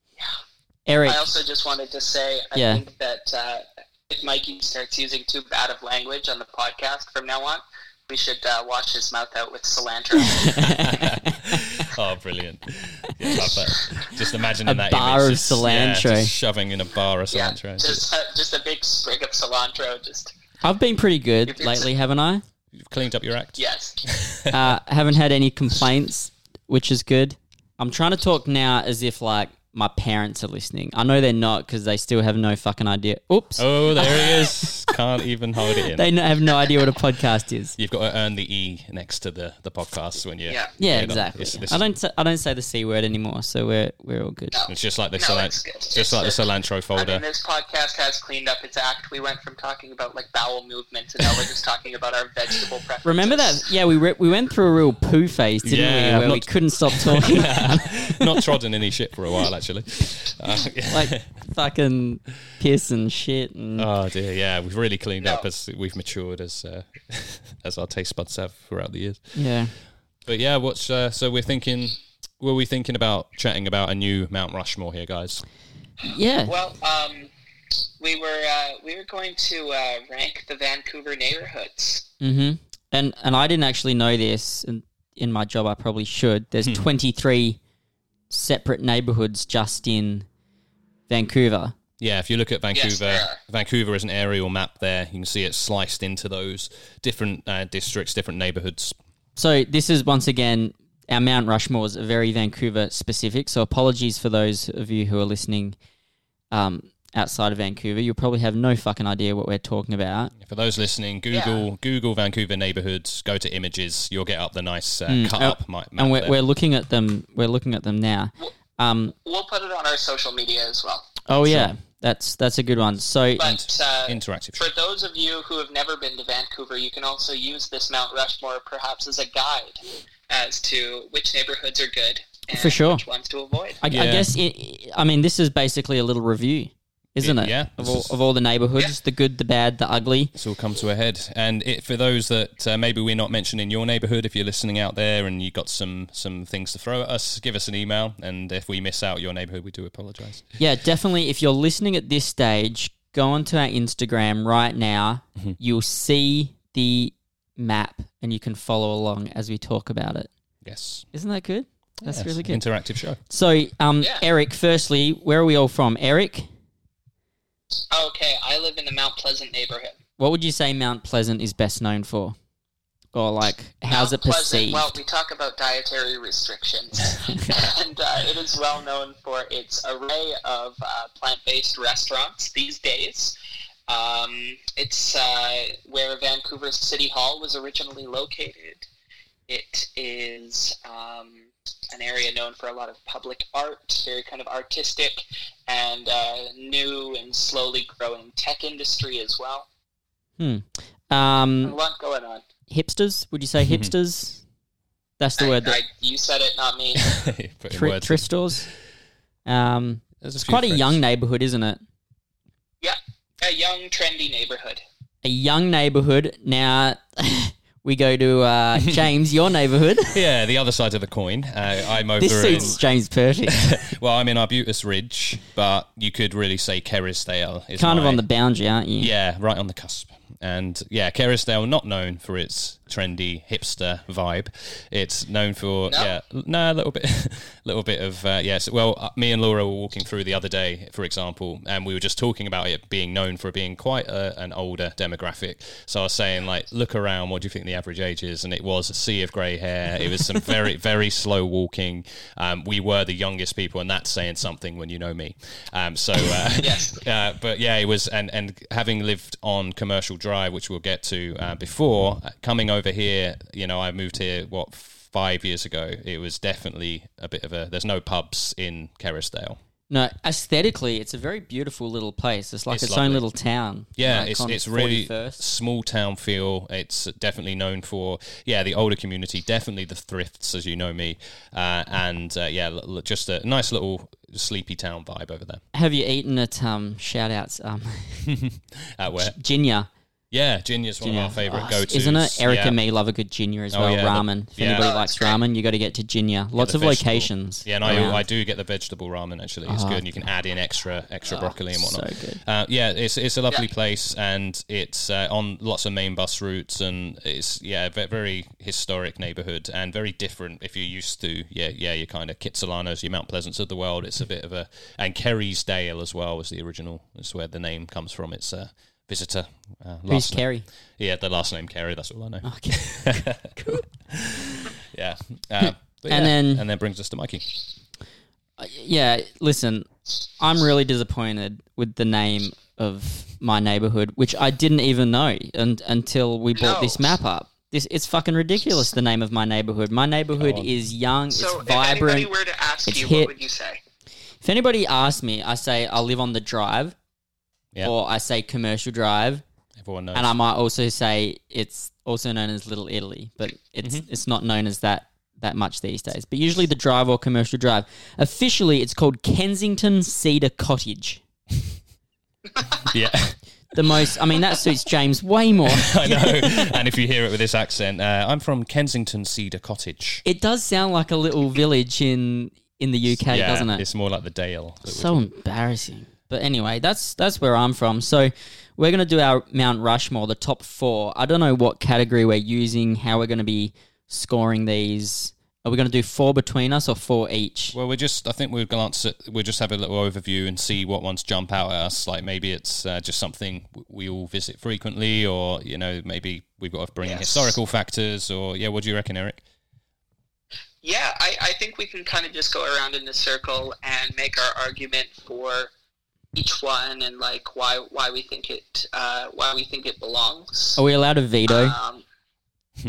S2: Eric,
S3: I also just wanted to say, I
S2: Yeah.
S3: think that uh, if Mikey starts using too bad of language on the podcast from now on, we should uh, wash his mouth out with cilantro.
S1: Oh, brilliant. Yeah, love that. Just imagining
S2: A
S1: that
S2: bar
S1: image,
S2: of
S1: just- yeah,
S2: cilantro.
S1: just shoving in a bar of
S3: yeah,
S1: cilantro.
S3: just uh, just a big sprig of cilantro. Just
S2: I've been pretty good
S3: If it's-
S2: lately, haven't I?
S1: You've cleaned up your act.
S3: yes,
S2: uh, haven't had any complaints, which is good. I'm trying to talk now as if like my parents are listening. I know they're not because they still have no fucking idea. Oops.
S1: Oh, there he is. Can't even hold it in.
S2: They no- have no idea what a podcast is.
S1: You've got to earn the E next to the, the podcast when you.
S3: Yeah.
S2: Yeah,
S1: you know,
S2: exactly.
S1: It's, this-
S2: I don't say, I don't say the c word anymore, so we're we're all good.
S1: it's just like the,
S3: No,
S1: Solan-
S3: it's good.
S1: just like the
S3: It's-
S1: Cilantro
S3: I
S1: folder.
S3: mean, this podcast has cleaned up its act. We went from talking about like bowel movements, and now we're just talking about our vegetable preferences.
S2: Remember that? Yeah, we re- we went through a real poo phase, didn't
S1: Yeah,
S2: we?
S1: I'm
S2: Where we
S1: not-
S2: couldn't stop talking.
S1: Not trodden any shit for a while, actually. Uh, yeah.
S2: like fucking piss and shit and
S1: oh dear, yeah, we've really cleaned up
S3: No.
S1: as we've matured as uh, as our taste buds have throughout the years.
S2: yeah.
S1: But yeah, what's uh, so we're thinking? Were we thinking about chatting about a new Mount Rushmore here, guys?
S2: Yeah.
S3: Well, um, we were uh, we were going to uh, rank the Vancouver neighborhoods.
S2: hmm And and I didn't actually know this, and in my job I probably should. There's 23 separate neighborhoods just in Vancouver.
S1: Yeah, if you look at Vancouver,
S3: there are.
S1: Vancouver is an aerial map there. You can see it sliced into those different uh, districts, different neighborhoods.
S2: So this is once again our Mount Rushmore's are very Vancouver specific. So apologies for those of you who are listening um, outside of Vancouver. You'll probably have no fucking idea what we're talking about.
S1: For those listening, Google Google Vancouver neighborhoods. Go to images. You'll get up the nice uh, cut up mi- map.
S2: Mm. and we're,
S1: there.
S2: we're looking at them. We're looking at them now. Um,
S3: We'll put it on our social media as well.
S2: oh yeah, that's that's a good one. So
S3: But uh,
S1: interactive.
S3: for those of you who have never been to Vancouver, you can also use this Mount Rushmore perhaps as a guide as to which neighborhoods are good and
S2: For sure.
S3: which ones to avoid.
S2: I, I
S1: Yeah.
S2: guess it, I mean this is basically a little review, isn't
S1: Yeah,
S2: it?
S1: yeah.
S2: Of
S1: This
S2: all,
S1: is-
S2: of all the neighborhoods,
S3: Yeah.
S2: the good, the bad, the ugly.
S1: It's all come to a head. And it, for those that uh, maybe we're not mentioning your neighbourhood, if you're listening out there and you got some some things to throw at us, give us an email. And if we miss out your neighbourhood, we do apologise.
S2: Yeah, definitely. If you're listening at this stage, go onto our Instagram right now. You'll see the map, and you can follow along as we talk about it.
S1: Yes,
S2: Isn't that good? That's
S1: Yes.
S2: really good.
S1: Interactive show.
S2: so, um,
S3: Yeah.
S2: Eric, firstly, where are we all from? Eric,
S3: Okay, I live in the Mount Pleasant neighborhood.
S2: what would you say Mount Pleasant is best known for, or like how's
S3: Mount
S2: it perceived?
S3: Um, Well, we talk about dietary restrictions, and uh, it is well known for its array of uh, plant-based restaurants these days. Um, it's uh, where Vancouver City Hall was originally located. It is um, an area known for a lot of public art, very kind of artistic, and uh, new and slowly growing tech industry as well. A
S2: Hmm. um,
S3: lot going on.
S2: hipsters? Would you say
S1: Mm-hmm.
S2: hipsters? That's the word
S3: I, I,
S2: that
S3: you said it, not me.
S1: Put in
S2: thri-
S1: words.
S2: thrift stores. Um,
S1: There's
S2: it's
S1: few
S2: quite a
S1: friends.
S2: young neighborhood, isn't it?
S3: Yeah, a young, trendy neighborhood.
S2: A young neighborhood. Now we go to uh, James, your neighborhood.
S1: Yeah, the other side of the coin. Uh, I'm over.
S2: this
S1: in,
S2: suits James perfect.
S1: well, I'm in Arbutus Ridge, but you could really say Kerrisdale. Is
S2: kind of
S1: my-
S2: on the boundary, aren't you?
S1: Yeah, right on the cusp. And yeah, Kerrisdale not known for its trendy hipster vibe. It's known for
S3: No.
S1: yeah, l- no, a little bit, little bit of uh, yes. Well, uh, me and Laura were walking through the other day, for example, and we were just talking about it being known for being quite a, an older demographic. So I was saying like, look around, what do you think the average age is? And it was a sea of grey hair. It was some very, very slow walking. Um, we were the youngest people, and that's saying something when you know me. Um, so uh,
S3: Yes.
S1: uh, but yeah, it was, and, and having lived on Commercial Drive, which we'll get to uh, before, uh, coming over here, you know, I moved here, what, five years ago. It was definitely a bit of a, there's no pubs in Kerrisdale.
S2: No, aesthetically, it's a very beautiful little place. It's like its,
S1: It's
S2: own
S1: lovely.
S2: little town.
S1: Yeah,
S2: like
S1: it's,
S2: on
S1: it's really
S2: 41st.
S1: small town feel. It's definitely known for yeah the older community, definitely the thrifts, as you know me, uh, and uh, yeah, l- l- just a nice little sleepy town vibe over there.
S2: Have you eaten at um, shout outs um,
S1: At where
S2: Ginya?
S1: yeah, Ginya's one of our favorite
S2: Oh,
S1: go to,
S2: Isn't it? Eric and me love a good ginger as
S1: Oh,
S2: well.
S1: yeah, the-
S2: ramen. if
S1: yeah.
S2: anybody
S3: Oh,
S2: likes
S3: that's
S2: ramen, you got to get to ginger. Lots
S1: the
S2: of
S1: vegetable.
S2: locations. Oh,
S1: Yeah, and I,
S2: around.
S1: I do get the vegetable ramen actually. It's good, and you can add in extra extra broccoli and whatnot.
S2: Ah, so good.
S1: Uh, yeah, it's it's a lovely place, and it's uh, on lots of main bus routes, and it's yeah, ve- very historic neighborhood, and very different if you're used to yeah yeah your kind of Kitsilano's, your Mount Pleasants of the world. It's a bit of a and Kerry's Dale as well was the original. That's where the name comes from. It's a visitor. Uh, last
S2: Who's
S1: name-
S2: Kerry?
S1: Yeah, the last name Kerry. That's all I know.
S2: Oh, Okay.
S1: Yeah. Uh, but
S2: And
S1: yeah, um,
S2: then-
S1: and then brings us to Mikey.
S2: Uh, yeah, listen, I'm really disappointed with the name of my neighborhood, which I didn't even know and, until we bought
S3: No.
S2: this map up. This it's fucking ridiculous. The name of my neighborhood. My neighborhood
S1: Go on.
S2: is young.
S3: So
S2: it's
S3: if anybody
S2: vibrant.
S3: were to ask
S2: it's
S3: you,
S2: hip.
S3: what would you say?
S2: if anybody asks me, I say I live on the drive,
S1: Yeah.
S2: or I say commercial drive,
S1: Everyone knows.
S2: and I might also say it's also known as Little Italy, but it's
S1: Mm-hmm.
S2: it's not known as that that much these days. But usually the drive or commercial drive. Officially, it's called Kensington Cedar Cottage.
S1: yeah,
S2: The most, I mean, that suits James way more.
S1: I know. and if you hear it with this accent, uh, I'm from Kensington Cedar Cottage.
S2: It does sound like a little village in in the UK,
S1: yeah,
S2: doesn't it?
S1: It's more like the Dale. that we-
S2: so embarrassing. But anyway, that's that's where I'm from. So we're gonna do our Mount Rushmore, the top four. I don't know what category we're using, how we're gonna be scoring these. Are we gonna do four between us or four each?
S1: Well, we're just. I think we'll glance at. We'll just have a little overview and see what ones jump out at us. Like maybe it's uh, just something w- we all visit frequently, or you know, maybe we've got to bring in
S3: Yes.
S1: historical factors, or yeah. What do you reckon, Eric?
S3: Yeah, I, I think we can kind of just go around in a circle and make our argument for each one and like why why we think it uh, why we think it belongs.
S2: Are we allowed a veto?
S3: Um,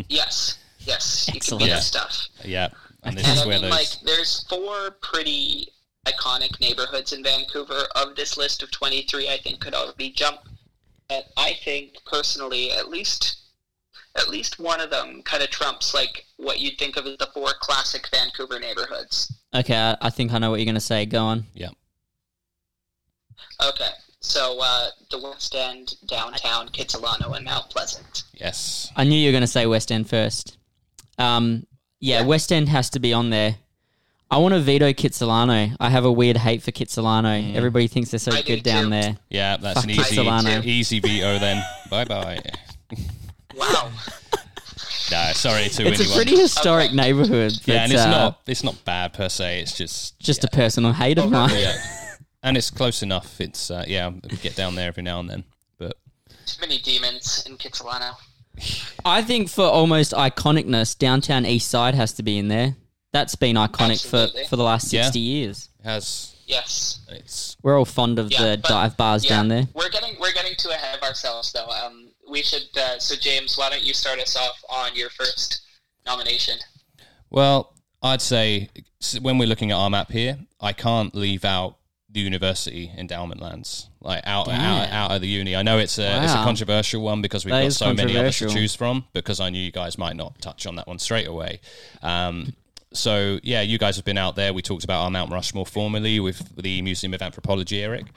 S3: yes, yes, you can
S2: Excellent.
S3: do
S1: Yeah.
S3: that stuff.
S1: Yeah, and this
S2: Okay.
S1: is
S3: And I
S1: where
S3: mean,
S1: those.
S3: like, there's four pretty iconic neighborhoods in Vancouver. Of this list of 23, I think could already jump. And I think personally, at least, at least one of them kind of trumps like what you'd think of as the four classic Vancouver neighborhoods.
S2: okay, I, I think I know what you're gonna say. Go on.
S1: yeah,
S3: Okay, so uh, the West End, downtown, Kitsilano, and Mount Pleasant.
S1: yes,
S2: I knew you were going to say West End first. Um, yeah, West End has to be on there. I want to veto Kitsilano. I have a weird hate for Kitsilano. Everybody thinks they're so
S3: I do
S2: good down
S3: too.
S2: there.
S1: yeah. That's an
S2: Fuck
S1: easy,
S2: Solano.
S1: easy veto. Then bye bye.
S3: Wow.
S1: No, sorry to
S2: it's
S1: anyone.
S2: a pretty historic
S3: Okay.
S2: neighborhood.
S1: yeah, and it's
S2: uh,
S1: not. It's not bad per se. It's just
S2: just a personal hate of mine.
S1: yeah, and it's close enough. It's uh, yeah, we get down there every now and then, but
S3: Too many demons in Kitsilano.
S2: I think for almost iconicness, downtown East Side has to be in there. That's been iconic for,
S3: Absolutely.
S2: for the last
S1: Yeah.
S2: 60 years.
S1: it has
S3: Yes.
S1: it's
S2: We're all fond of
S3: Yeah,
S2: the
S3: but-
S2: dive bars
S3: Yeah,
S2: down there.
S3: We're getting we're getting too ahead of ourselves though. Um, we should. Uh, so James, why don't you start us off on your first nomination?
S1: Well, I'd say s- when we're looking at our map here, I can't leave out the university endowment lands, like out out,
S2: Damn.
S1: out of the uni. I know it's a it's a
S2: Wow.
S1: controversial one because we've
S2: That
S1: got
S2: is
S1: so many others to
S2: controversial.
S1: choose from. Because I knew you guys might not touch on that one straight away. Um, so yeah, you guys have been out there. We talked about our Mount Rushmore formerly with the Museum of Anthropology, Eric,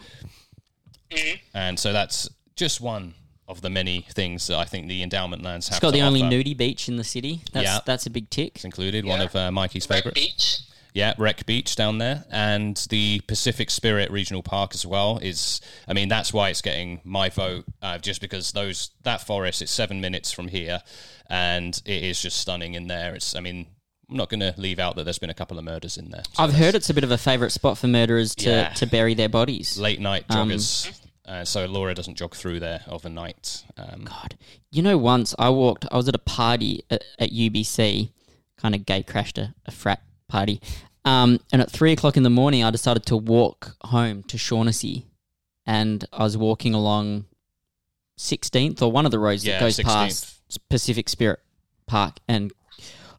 S1: and so that's just one of the many things that I think the endowment lands have.
S2: It's got
S1: to
S2: the only
S1: offer.
S2: nudie beach in the city. That's,
S1: Yeah.
S2: that's a big tick.
S1: It's included one
S3: Yeah.
S1: of uh, Mikey's
S3: Red
S1: favorites.
S3: Beach.
S1: Yeah, Wreck Beach down there, and the Pacific Spirit Regional Park as well is. I mean, that's why it's getting my vote, uh, just because those that forest it's seven minutes from here, and it is just stunning in there. It's. I mean, I'm not going to leave out that there's been a couple of murders in there. So
S2: I've heard it's a bit of a favourite spot for murderers to,
S1: Yeah.
S2: to bury their bodies.
S1: late night
S2: um,
S1: joggers, uh, so Laura doesn't jog through there overnight. Um,
S2: God, you know, once I walked, I was at a party at, at UBC, kind of gay crashed a, a frat party, um, and at three o'clock in the morning, I decided to walk home to Shaughnessy, and I was walking along Sixteenth or one of the roads
S1: Yeah,
S2: that goes
S1: 16th.
S2: past Pacific Spirit Park, and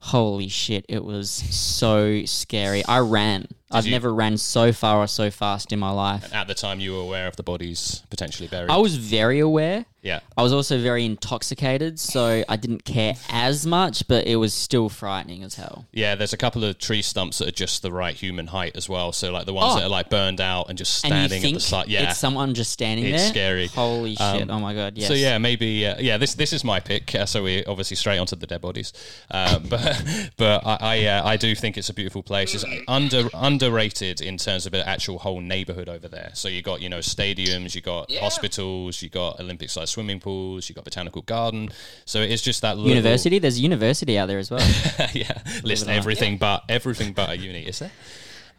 S2: holy shit, it was so scary. I ran. I've
S1: you-
S2: never ran so far or so fast in my life.
S1: at the time, you were aware of the bodies potentially buried.
S2: I was very aware.
S1: yeah,
S2: I was also very intoxicated, so I didn't care as much, but it was still frightening as hell.
S1: yeah. There's a couple of tree stumps that are just the right human height as well. So like the ones
S2: Oh.
S1: that are like burned out and just
S2: And
S1: standing
S2: you
S1: at
S2: think
S1: the side. Yeah,
S2: it's someone just standing
S1: It's
S2: there?
S1: scary. Um,
S2: Holy shit! Oh my god! Yes.
S1: So yeah, maybe uh, yeah. This this is my pick. Uh, so we obviously straight onto the dead bodies, uh, but but I I, uh, I do think it's a beautiful place. It's under underrated in terms of an actual whole neighborhood over there. So you got you know stadiums, you got
S3: Yeah.
S1: hospitals, you got Olympic sized swimming pools, you got botanical garden. So it's just that little,
S2: University. There's a university out there as well.
S1: yeah, list everything but everything but a uni. Is there?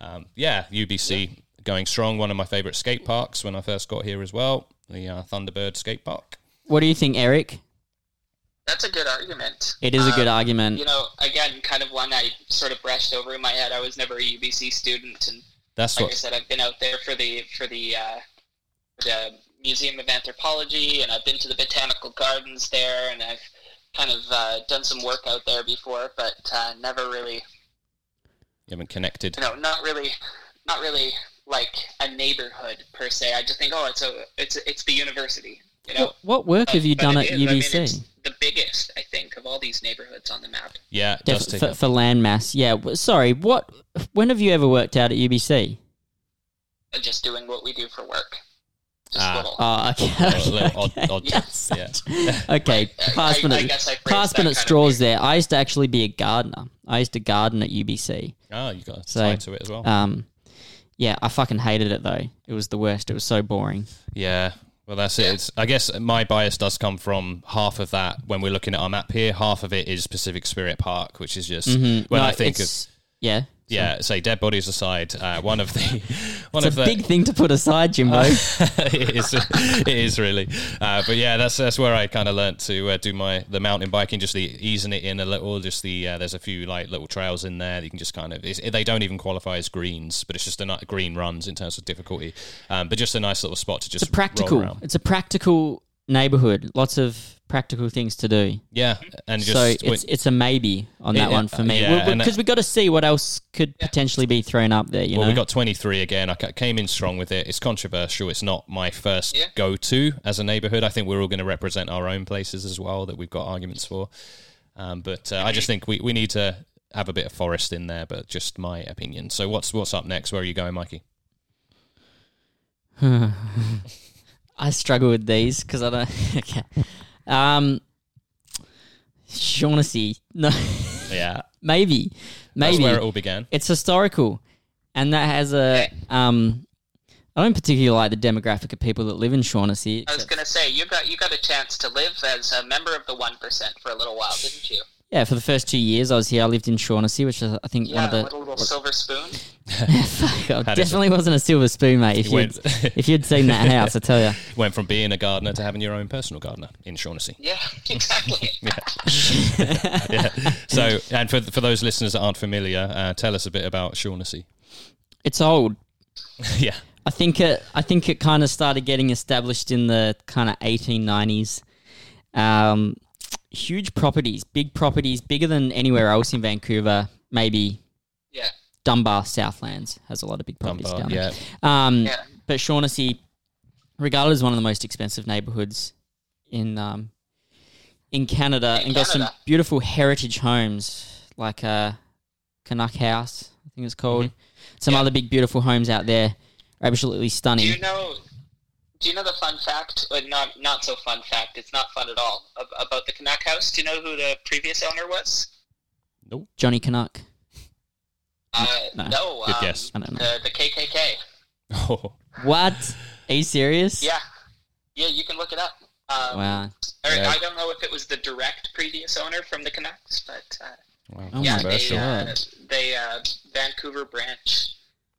S1: Um, yeah, UBC going strong. One of my favorite skate parks when I first got here as well. The uh, Thunderbird skate park.
S2: what do you think, Eric?
S3: That's a good argument.
S2: It is a good
S3: Um,
S2: argument.
S3: You know, again, kind of one I sort of brushed over in my head. I was never a UBC student, and
S1: That's
S3: Like I
S1: what.
S3: said, I've been out there for the for the uh, the Museum of Anthropology, and I've been to the botanical gardens there, and I've kind of uh, done some work out there before, but uh, never really
S1: You haven't connected.
S3: you know, not really, not really like a neighborhood per se. I just think, oh, it's a, it's, it's the university. You know,
S2: What, what work have you
S3: But
S2: done
S3: it
S2: at
S3: is. I mean,
S2: UBC?
S3: it's the biggest, I think, of all these neighborhoods on the map.
S1: Yeah, it
S2: Def-
S1: does take
S2: for,
S1: up-
S2: for landmass, yeah. W- Sorry, what? When have you ever worked out at UBC?
S3: Just doing what we do for work. Just
S1: Ah.
S3: little.
S2: Oh, okay.
S1: a
S2: okay,
S1: little odd,
S2: okay.
S1: odd
S2: Yeah,
S1: jobs. Yeah.
S2: such- okay,
S3: I-
S2: past
S3: I, I,
S2: minute,
S3: guess I phrased
S2: past
S3: that
S2: minute
S3: kind of
S2: straws.
S3: weird.
S2: There, I used to actually be a gardener. I used to garden at UBC.
S1: Oh, you got a
S2: So,
S1: tie to it as well.
S2: Um, yeah, I fucking hated it though. It was the worst. It was so boring.
S1: Yeah. Well, that's it. It's, I guess my bias does come from half of that when we're looking at our map here. Half of it is Pacific Spirit Park, which is just when
S2: Mm-hmm. No,
S1: I think of
S2: it's- yeah,
S1: yeah, say dead bodies aside, uh, one of the one
S2: it's
S1: of
S2: a
S1: the
S2: big thing to put aside, Jimbo.
S1: it is it is really, uh, but yeah, that's that's where I kind of learnt to uh, do my the mountain biking, just the easing it in a little. Just the uh, there's a few like little trails in there that you can just kind of it's, they don't even qualify as greens, but it's just a ni- green runs in terms of difficulty, um, but just a nice little spot to just
S2: it's a
S1: roll
S2: practical.
S1: around.
S2: It's a practical neighborhood. Lots of practical things to do.
S1: Yeah, and just
S2: so
S1: when-
S2: it's it's a maybe on that
S1: Yeah,
S2: one for me
S1: yeah,
S2: because
S1: and
S2: we, got to see what else could potentially be thrown up there. You
S1: Well,
S2: know,
S1: we got 23 again. I ca- came in strong with it. It's controversial. It's not my first
S3: Yeah.
S1: go to as a neighborhood. I think we're all going to represent our own places as well that we've got arguments for. Um, but uh, I just think we, we need to have a bit of forest in there, but just my opinion. So, what's what's up next? Where are you going, Mikey?
S2: I struggle with these because I don't. okay, um, Shaughnessy. No,
S1: Yeah.
S2: maybe,
S1: That's
S2: maybe
S1: where it all began.
S2: it's historical, and that has a um. I don't particularly like the demographic of people that live in Shaughnessy.
S3: I was
S2: except-
S3: going to say, you got you got a chance to live as a member of the one percent for a little while, didn't you?
S2: yeah, for the first two years I was here, I lived in Shaughnessy, which is I think
S3: Yeah,
S2: one of
S3: with a
S2: the
S3: little silver spoon.
S2: Fuck, I
S1: Had it-
S2: definitely wasn't a silver spoon, mate. If
S1: It
S2: you'd,
S1: went,
S2: if you'd seen that house, I tell you.
S1: went from being a gardener to having your own personal gardener in Shaughnessy.
S3: Yeah, exactly.
S1: yeah. So, and for, for those listeners that aren't familiar, uh, tell us a bit about Shaughnessy.
S2: It's old.
S1: yeah.
S2: I think it. I think it kind of started getting established in the kind of eighteen nineties. Um, huge properties, big properties, bigger than anywhere else in Vancouver. Maybe
S3: Yeah,
S2: Dunbar Southlands has a lot of big properties
S1: Dunbar,
S2: down
S1: yeah.
S2: there. Um,
S3: yeah.
S2: But Shaughnessy, regarded as one of the most expensive neighborhoods in um, in Canada,
S3: In
S2: and got some
S3: Canada.
S2: beautiful heritage homes like uh, Canuck House, I think it's called. Some
S1: Mm-hmm.
S3: Yeah.
S2: other big, beautiful homes out there, are absolutely stunning.
S3: Do you know? Do you know the fun fact? Or not not so fun fact. It's not fun at all ab- about the Canuck House. Do you know who the previous owner was?
S2: Johnny Canuck.
S3: Uh,
S2: No.
S3: no.
S1: Good
S3: um,
S1: guess.
S2: I don't know.
S3: The, the KKK.
S1: Oh.
S2: What? Are you serious?
S3: Yeah, yeah. You can look it up. Um,
S2: Wow.
S3: or
S1: Yeah.
S3: I don't know if it was the direct previous owner from the Canucks, but uh,
S1: Wow.
S2: Oh my
S3: yeah,
S1: Controversial.
S3: they, uh,
S2: God.
S3: they uh, Vancouver branch.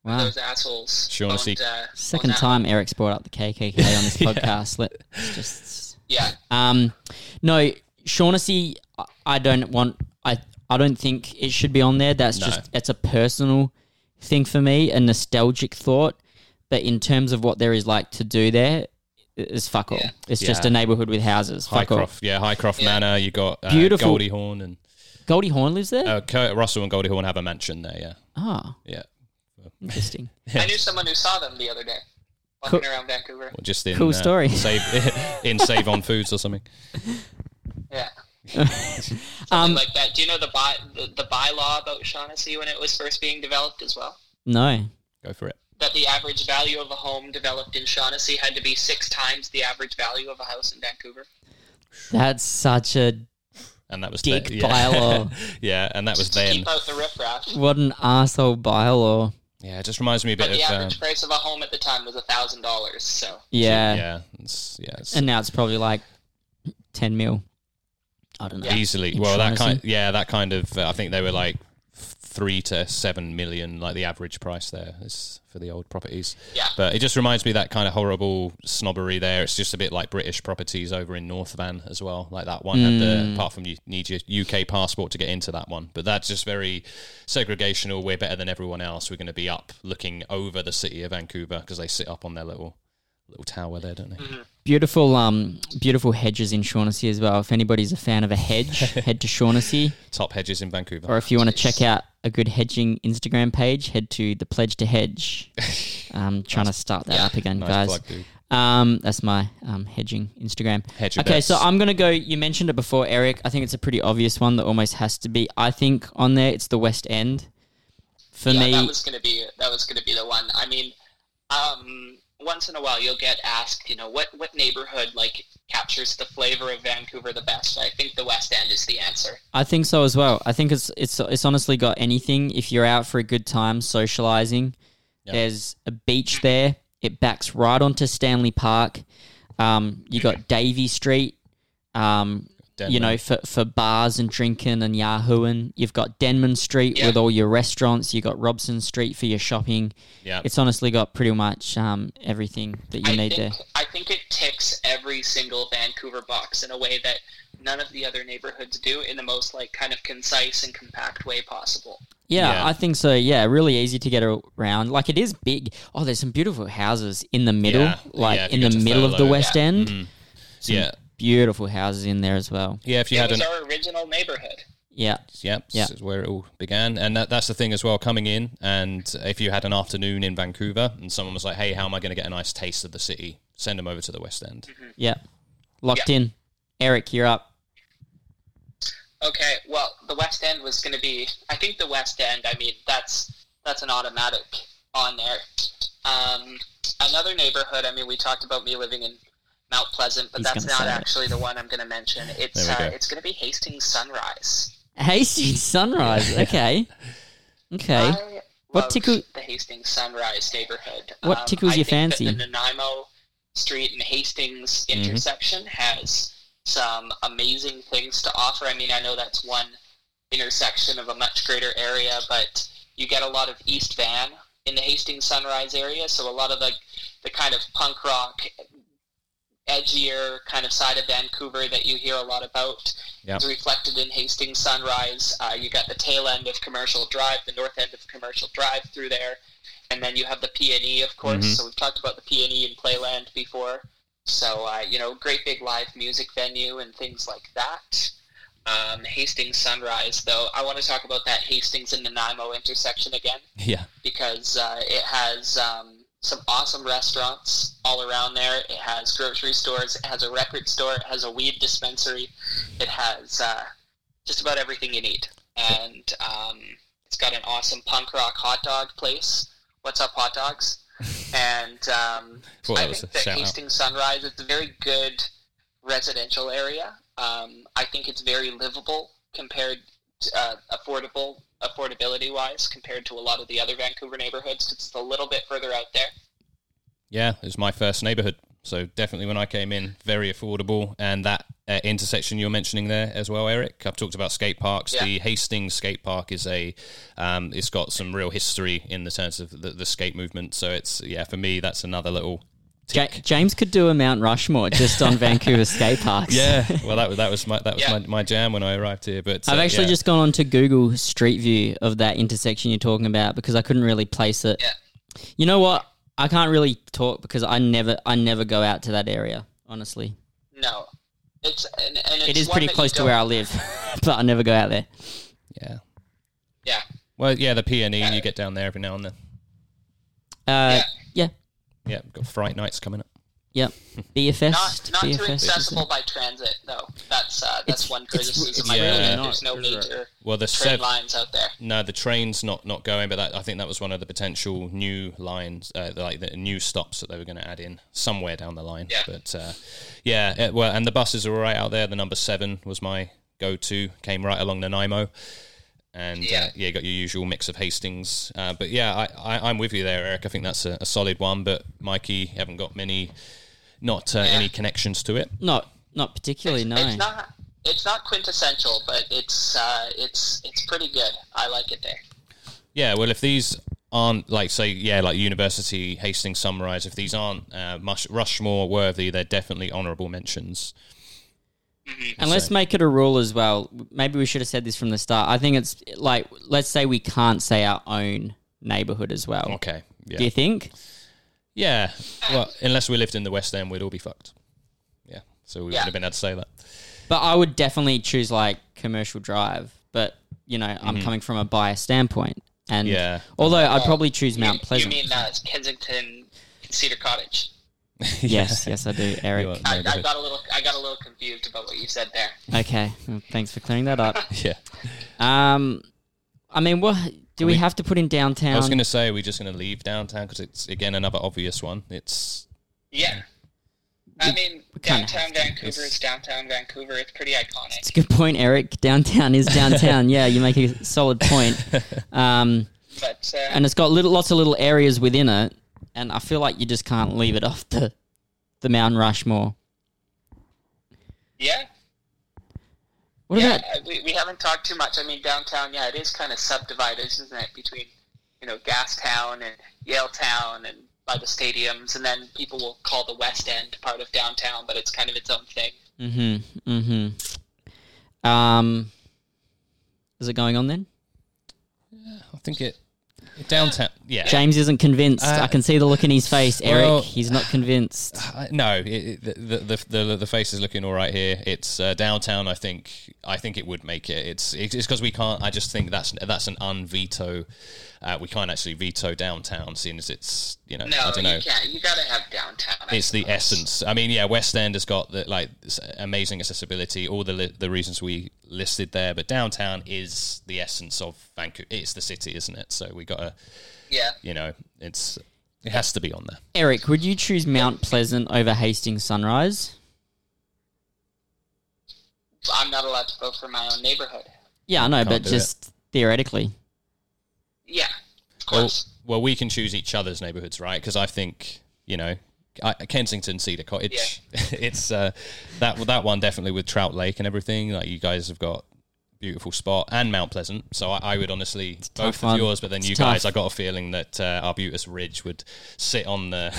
S2: Wow.
S3: Those assholes.
S1: Shaughnessy.
S3: owned, uh,
S2: Second
S3: owned that.
S2: time Eric's brought up the KKK on this podcast. Let, it's just.
S3: Yeah,
S2: Um, no, Shaughnessy, I- I don't want. I I don't think it should be on there. That's
S1: No.
S2: just that's a personal thing for me, a nostalgic thought. But in terms of what there is like to do there, i- is fuck all.
S3: Yeah.
S2: It's just
S1: Yeah.
S2: a neighborhood with houses. Fuck all.
S1: Highcroft, yeah, Highcroft
S3: Yeah.
S1: Manor. You got uh,
S2: Beautiful.
S1: Goldie Horn and
S2: Goldie Horn lives there.
S1: uh, Kurt Russell and Goldie Horn have a mansion there. Yeah,
S2: Ah,
S1: yeah,
S2: interesting.
S3: I knew someone who saw them the other day walking around Vancouver.
S1: Well, just in
S2: Cool
S1: uh,
S2: story.
S1: Save in Save on Foods or something.
S3: Yeah.
S2: Um,
S3: like that. Do you know the by the, the bylaw about Shaughnessy when it was first being developed as well?
S2: no.
S1: Go for it.
S3: That the average value of a home developed in Shaughnessy had to be six times the average value of a house in Vancouver.
S2: That's such a
S1: And that was
S2: Dick
S1: the, yeah.
S2: bylaw.
S1: yeah, and that was
S3: to
S1: then.
S3: keep out the riffraff.
S2: what an asshole bylaw.
S1: Yeah, it just reminds me a bit
S3: But the
S1: of um,
S3: average price of a home at the time was a thousand dollars. So
S2: Yeah.
S1: yeah, it's, yeah, it's
S2: and now it's probably like ten mil. I don't know.
S1: easily.
S2: In
S1: Well, that
S2: Shaughnessy.
S1: kind, yeah, that kind of. Uh, I think they were like f- three to seven million, like the average price there is for the old properties.
S3: Yeah.
S1: But it just reminds me of that kind of horrible snobbery there. It's just a bit like British properties over in North Van as well, like that one. had
S2: Mm.
S1: the- apart from you need your UK passport to get into that one, but that's just very segregational. We're better than everyone else. We're going to be up looking over the city of Vancouver because they sit up on their little little tower there, don't they?
S2: Beautiful, um, beautiful hedges in Shaughnessy as well. If anybody's a fan of a hedge, head to Shaughnessy.
S1: Top hedges in Vancouver.
S2: Or if you want to check out a good hedging Instagram page, head to the Pledge to Hedge. Um, trying to start that up again,
S1: Nice
S2: guys.
S1: plug, dude.
S2: Um, that's my um, hedging Instagram.
S1: Hedge your
S2: okay,
S1: bets.
S2: so I'm gonna go. You mentioned it before, Eric. I think it's a pretty obvious one that almost has to be. I think on there, it's the West End. For
S3: yeah,
S2: me,
S3: that was gonna be that was gonna be the one. I mean, um, once in a while you'll get asked, you know, what what neighborhood like captures the flavor of Vancouver the best? I think the West End is the answer.
S2: I think so as well. I think it's it's it's honestly got anything. If you're out for a good time socializing,
S1: Yeah.
S2: there's a beach there. It backs right onto Stanley Park. Um, you got Davy Street. Um, you
S1: Denman.
S2: know, for, for bars and drinking and yahooing. You've got Denman Street
S3: Yeah.
S2: with all your restaurants. You got Robson Street for your shopping.
S1: yeah,
S2: It's honestly got pretty much um, everything that you
S3: I
S2: need there.
S3: think I think it ticks every single Vancouver box in a way that none of the other neighborhoods do in the most like kind of concise and compact way possible.
S2: Yeah,
S1: Yeah.
S2: I think so. Yeah, really easy to get around. Like it is big. Oh, there's some beautiful houses in the middle,
S1: Yeah,
S2: like
S1: yeah, if
S2: in
S1: you
S2: the
S1: go to
S2: middle of the
S1: Thurlow,
S2: West
S3: yeah.
S2: End.
S1: Mhm.
S2: Some
S1: Yeah.
S2: beautiful houses in there as well.
S1: yeah. If you
S3: It
S1: had
S3: was
S1: an
S3: our original neighborhood.
S2: Yeah,
S1: Yep,
S2: Yeah.
S1: this is where it all began, and that, that's the thing as well. Coming in, and if you had an afternoon in Vancouver, and someone was like, "Hey, how am I going to get a nice taste of the city?" Send them over to the West End.
S2: yeah, locked in. Eric, you're up.
S3: Okay, well, the West End was going to be. I think the West End. I mean, that's that's an automatic on there. Um, another neighborhood. I mean, we talked about me living in Mount Pleasant, but
S2: He's
S3: that's
S2: gonna
S3: not
S2: say it.
S3: actually the one I'm going to mention. It's
S1: There we
S3: uh,
S1: go.
S3: it's going to be Hastings Sunrise.
S2: Hastings Sunrise. Okay, okay.
S1: Uh,
S3: I
S2: What
S3: love
S2: tickle-
S3: the Hastings Sunrise neighborhood? Um,
S2: What tickles
S3: I
S2: your
S3: think that
S2: fancy? Mm-hmm.
S3: the Nanaimo Street and Hastings intersection has some amazing things to offer. I mean, I know that's one intersection of a much greater area, but you get a lot of East Van in the Hastings Sunrise area, so a lot of the the kind of punk rock, edgier kind of side of Vancouver that you hear a lot about
S1: Yep.
S3: is reflected in Hastings Sunrise. Uh, you got the tail end of Commercial Drive, the north end of Commercial Drive through there, and then you have the P&E, of course.
S1: Mhm.
S3: So we've talked about the P&E and E Playland before. So uh, you know, great big live music venue and things like that. Um, Hastings Sunrise, though, I want to talk about that Hastings and Nanaimo intersection again
S1: Yeah,
S3: because uh, it has um, some awesome restaurants all around there. It has grocery stores. It has a record store. It has a weed dispensary. It has uh, just about everything you need. And um, it's got an awesome punk rock hot dog place. What's up, hot dogs? And um,
S1: Thought
S3: I
S1: that was
S3: think
S1: a
S3: that
S1: shout out.
S3: Hastings Sunrise is a very good residential area. Um, I think it's very livable compared uh, affordable affordability wise compared to a lot of the other Vancouver neighborhoods 'cause it's a little bit further out there.
S1: yeah, it was my first neighborhood, so definitely when I came in, very affordable, and that uh, intersection you're mentioning there as well, Eric. I've talked about skate parks.
S3: Yeah.
S1: The Hastings skate park is a, um, it's got some real history in the terms of the, the skate movement. So it's yeah, for me, that's another little.
S2: Ja-
S1: Tick.
S2: James could do a Mount Rushmore just on Vancouver skate parks.
S1: Yeah, well, that was that was my that was
S3: Yeah.
S1: my, my jam when I arrived here. But
S2: I've
S1: uh,
S2: actually
S1: yeah.
S2: just gone on to Google Street View of that intersection you're talking about because I couldn't really place it.
S3: Yeah.
S2: You know what? I can't really talk because I never I never go out to that area, honestly.
S3: No, it's and, and it's
S2: It is
S3: one
S2: pretty
S3: that you
S2: close to
S3: don't-
S2: where I live, but I never go out there.
S1: yeah.
S3: yeah
S1: Well, yeah, the peony you get down there every now and then.
S2: Uh, yeah.
S1: Yeah, got Fright Nights coming up.
S2: yeah. BFS.
S3: not not
S2: BFS
S3: too
S2: is
S3: accessible
S2: it?
S3: by transit though. That's uh, that's
S2: It's-
S3: one
S2: it's-
S3: criticism.
S2: it's
S3: I
S1: really
S3: think.
S1: not,
S3: There's no
S2: is it?
S3: major
S1: Well, the
S3: train
S1: sev-
S3: lines out there.
S1: no, the train's not not going, but that, I think that was one of the potential new lines, uh, like the new stops that they were going to add in somewhere down the line.
S3: Yeah.
S1: But uh, yeah, it, well, and the buses are all right out there. The number seven was my go-to. Came right along Nanaimo. and yeah,
S3: Yeah.
S1: uh, yeah, you got your usual mix of Hastings. Uh, but yeah, I, I, I'm with you there, Eric. I think that's a, a solid one. But Mikey, haven't got many, not uh, any connections to it.
S2: Not not particularly, no.
S3: It's not it's not quintessential, but it's uh, it's it's pretty good. I like it there.
S1: Yeah, well, if these aren't like say yeah like University Hastings Sunrise, if these aren't uh, Mush- Rushmore worthy, they're definitely honourable mentions.
S2: And let's make it a rule as well. Maybe we should have said this from the start. I think it's like let's say we can't say our own neighborhood as well.
S1: Okay. Yeah.
S2: Do you think?
S1: Yeah. Well, unless we lived in the West End, we'd all be fucked. Yeah. So we
S3: Yeah.
S1: wouldn't have been able to say that.
S2: But I would definitely choose like commercial drive. But you know, I'm coming from a biased standpoint, and
S1: Mm-hmm. Yeah.
S2: although
S1: Oh.
S2: I'd probably choose Mount
S3: you,
S2: Pleasant.
S3: You mean uh, it's Kensington Cedar Cottage?
S2: yes, yes, I do,
S1: You are-
S2: Eric.
S1: No,
S3: I,
S1: that's
S3: I
S1: it.
S3: got a little, I got a little confused about what you said there.
S2: Okay, well, thanks for clearing that up.
S1: Yeah.
S2: Um, I mean, what do we,
S1: mean-
S2: have to put in
S1: I
S2: downtown?
S3: Um,
S1: was going to say, we're just going to leave downtown because it's, again, another obvious one. It's,
S3: Yeah. I mean,
S2: kinda
S3: downtown Vancouver
S1: It's-
S3: is downtown Vancouver. It's pretty iconic.
S2: It's a good point, Eric. Downtown is downtown. yeah, you make a solid point. Um,
S3: But uh,
S2: and it's got little, lots of little areas within it, and I feel like you just can't leave it off the the Mount Rushmore.
S3: yeah,
S2: What
S3: yeah,
S2: about
S3: uh, we, we haven't talked too much. I mean, downtown, yeah, it is kind of subdivided, isn't it, between you know Gastown and Yale Town and by the stadiums, and then people will call the West End part of downtown, but it's kind of its own thing.
S2: Mm-hmm. Mm-hmm. Um, is it going on then?
S1: I think it, downtown, yeah.
S2: James isn't convinced.
S1: Uh,
S2: I can see the look in his face, Eric.
S1: well-
S2: he's not convinced.
S1: I- Uh, no, it, it, the, the the the face is looking all right here. It's uh, downtown. I think I think it would make it. It's it's because we can't. I just think that's that's an unveto. Uh, we can't actually veto downtown, seeing as it's you know I
S3: No,
S1: don't know.
S3: you can't. You gotta have downtown. I
S1: It's the
S3: suppose.
S1: essence. I mean, yeah, West End has got the like s- amazing accessibility, all the li- the reasons we listed there, but downtown is the essence of Vancouver. It's the city, isn't it? So we got to,
S3: Yeah.
S1: you know, it's it has to be on there.
S2: Eric, would you choose Mount Pleasant over Hastings Sunrise?
S3: I'm not allowed to vote for my own neighborhood.
S2: Yeah, I know,
S1: Can't
S2: but
S1: do
S2: just theoretically.
S3: Yeah, of
S1: Well,
S3: course.
S1: well, we can choose each other's neighborhoods, right? Because I think you know, I, Kensington Cedar Cottage. it's uh, that that one definitely with Trout Lake and everything. Like you guys have got beautiful spot and Mount Pleasant. So I, I would honestly both
S2: tough
S1: of
S2: one.
S1: yours, but then
S2: It's
S1: you
S2: tough.
S1: guys, I got a feeling that uh, Arbutus Ridge would sit on the.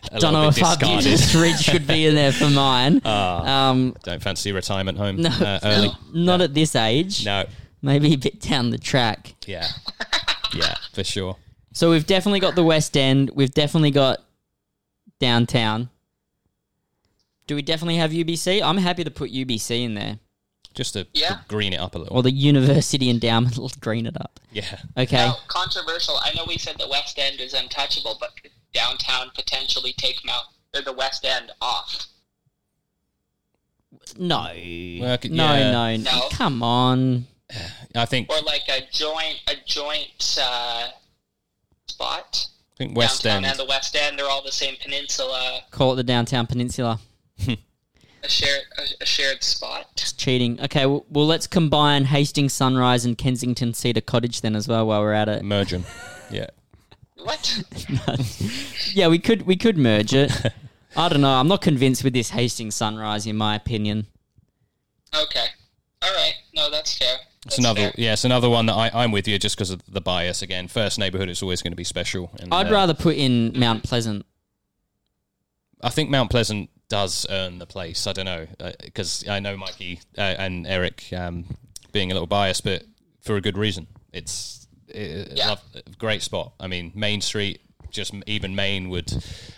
S1: a
S2: Don't
S1: little
S2: know
S1: bit
S2: if our
S1: discarded.
S2: Butus Ridge should be in there for mine.
S1: Ah.
S2: um,
S1: Don't fancy retirement home
S2: no,
S1: uh, early.
S2: not at this age.
S1: No,
S2: Maybe a bit down the track.
S1: yeah, yeah, for sure.
S2: So we've definitely got the West End. We've definitely got downtown. Do we definitely have UBC? I'm happy to put UBC in there
S1: Just to, to
S3: Yeah.
S1: green it up a little.
S2: or the University Endowment. will green it up.
S1: Yeah.
S2: Okay.
S3: Now, controversial. I know we said the West End is untouchable, but could downtown potentially take Mount or the West End off.
S2: No.
S1: Well, I
S2: No,
S1: could- yeah.
S2: no, no.
S3: No.
S2: Come on.
S1: I think
S3: Or like a joint a joint uh, spot.
S1: I think West
S3: downtown
S1: End.
S3: and the West End, they're all the same peninsula,
S2: Call it the Downtown Peninsula.
S3: a shared a, a shared spot.
S2: It's cheating. Okay, well, well, let's combine Hastings Sunrise and Kensington Cedar Cottage then as well while we're at it.
S1: Merge 'em. Yeah.
S3: What?
S2: yeah, we could we could merge it. I don't know. I'm not convinced with this Hastings Sunrise in my opinion.
S3: Okay. All right. No, that's fair. That's
S1: It's another,
S3: fair.
S1: yeah, it's another one that I, I'm with you just because of the bias. Again, first neighborhood is always going to be special. And,
S2: I'd
S1: uh,
S2: rather put in Mount Pleasant.
S1: I think Mount Pleasant does earn the place. I don't know because I know Mikey uh, and Eric um, being a little biased, but for a good reason. It's it,
S3: Yeah.
S1: love, great spot. I mean, Main Street. Just m- even Maine would,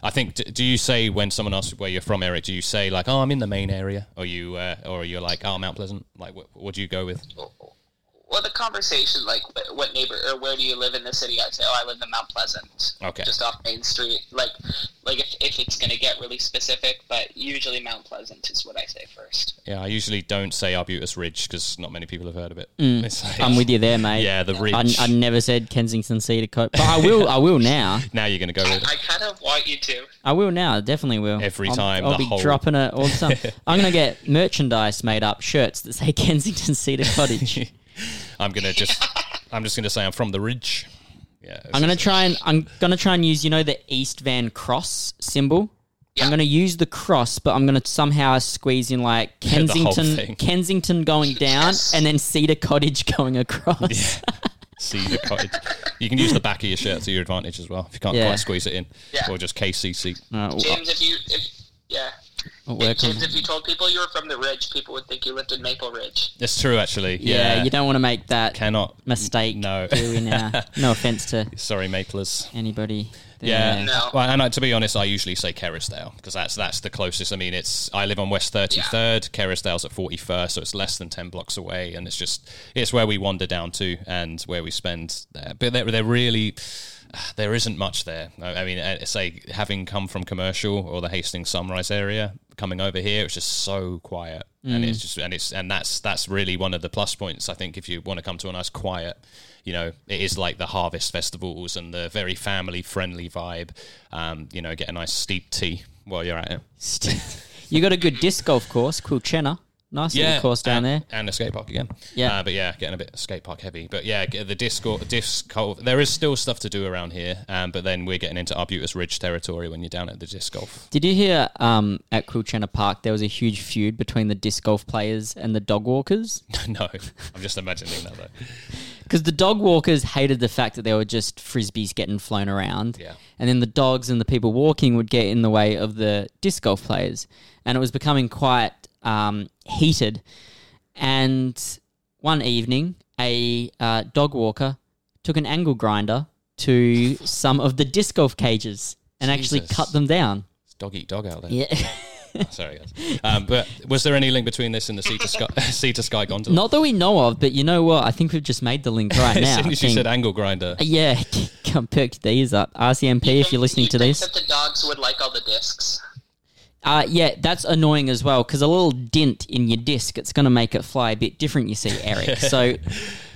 S1: I think. d- Do you say when someone asks where you're from, Eric? Do you say like, "Oh, I'm in the Maine area," or you, uh, or you're like, "Oh, Mount Pleasant." Like, what, what do you go with?
S3: Well, the conversation, like, wh- what neighbor or where do you live in the city? I'd say, oh, I live in Mount Pleasant.
S1: Okay.
S3: Just off Main Street. Like, like if, if it's going to get really specific, but usually Mount Pleasant is what I say first.
S1: Yeah, I usually don't say Arbutus Ridge because not many people have heard of it. It's like-
S2: I'm with you there, mate.
S1: Yeah, the ridge.
S2: Mm. I, I never said Kensington Cedar Cottage, but I will. I will now.
S1: now you're going to go with it.
S3: I kind of want you to.
S2: I will now. I definitely will.
S1: Every
S2: I'll-
S1: time,
S2: I'll
S1: the
S2: be
S1: whole-
S2: dropping it all the time. I'm gonna get merchandise made up, shirts that say Kensington Cedar Cottage.
S1: I'm going to just. I'm just going to say I'm from the ridge. Yeah.
S2: I'm gonna try and I'm gonna try and use you know the East Van Cross symbol. I'm
S3: Yeah.
S2: gonna use the cross, but I'm gonna somehow squeeze in like
S1: Yeah, the whole
S2: Kensington,
S1: thing.
S2: Kensington going down,
S3: Yes.
S2: and then Cedar Cottage going across. Oh,
S1: see the cottage. You can use the back of your shirt to your advantage as well if you can't
S2: Yeah.
S1: quite squeeze it in,
S3: Yeah.
S1: or just KCC.
S2: No, I'll-
S3: James, if you, if, yeah,
S2: I'll work on
S3: James, if you told people you were from the ridge, people would think you lived in Maple Ridge.
S1: It's true, actually.
S2: Yeah,
S1: Yeah,
S2: you don't want to make that
S1: cannot.
S2: mistake.
S1: No.
S2: do we now? no offense to
S1: Sorry, Maplers.
S2: anybody.
S1: Yeah,
S2: there.
S3: No.
S1: Well, and I, to be honest, I usually say Kerrisdale because that's that's the closest. I mean, it's I live on West Thirty Third, Kerrisdale's at Forty First, so it's less than ten blocks away, and it's just it's where we wander down to and where we spend. There. But there, there really there isn't much there. I, I mean, uh, say having come from commercial or the Hastings Sunrise area, coming over here, it's just so quiet, and it's just and it's and that's that's really one of the plus points. I think if you want to come to a nice quiet you know, it is like the harvest festivals and the very family friendly vibe. Um, you know, get a nice steep tea while you're at it.
S2: you got a good disc golf course, Quilchena. Nice little course down
S1: and,
S2: there.
S1: and a skate park again.
S2: Yeah.
S1: uh, but yeah, getting a bit skate park heavy. But yeah, get the disc or disc. Golf. There is still stuff to do around here, um, but then we're getting into Arbutus Ridge territory when you're down at the disc golf.
S2: Did you hear um, at Quilchena Park there was a huge feud between the disc golf players and the dog walkers?
S1: no, I'm just imagining that though.
S2: Because the dog walkers hated the fact that there were just frisbees getting flown around.
S1: Yeah.
S2: And then the dogs and the people walking would get in the way of the disc golf players. And it was becoming quite um, heated. And one evening, a uh, dog walker took an angle grinder to some of the disc golf cages and actually
S1: Jesus.
S2: cut them down.
S1: It's dog eat dog out there.
S2: Yeah.
S1: Sorry, guys. Um, but was there any link between this and the Sea to Sky, sea to Sky gondola?
S2: Not that we know of, but you know what? I think we've just made the link right now.
S1: as soon as you
S2: Think-
S1: said angle grinder.
S2: yeah, come pick these up. RCMP, if you're listening
S3: You
S2: to
S3: think
S2: this.
S3: that the dogs would like all the discs.
S2: Uh, yeah, that's annoying as well because a little dint in your disc, it's going to make it fly a bit different, you see, Eric. So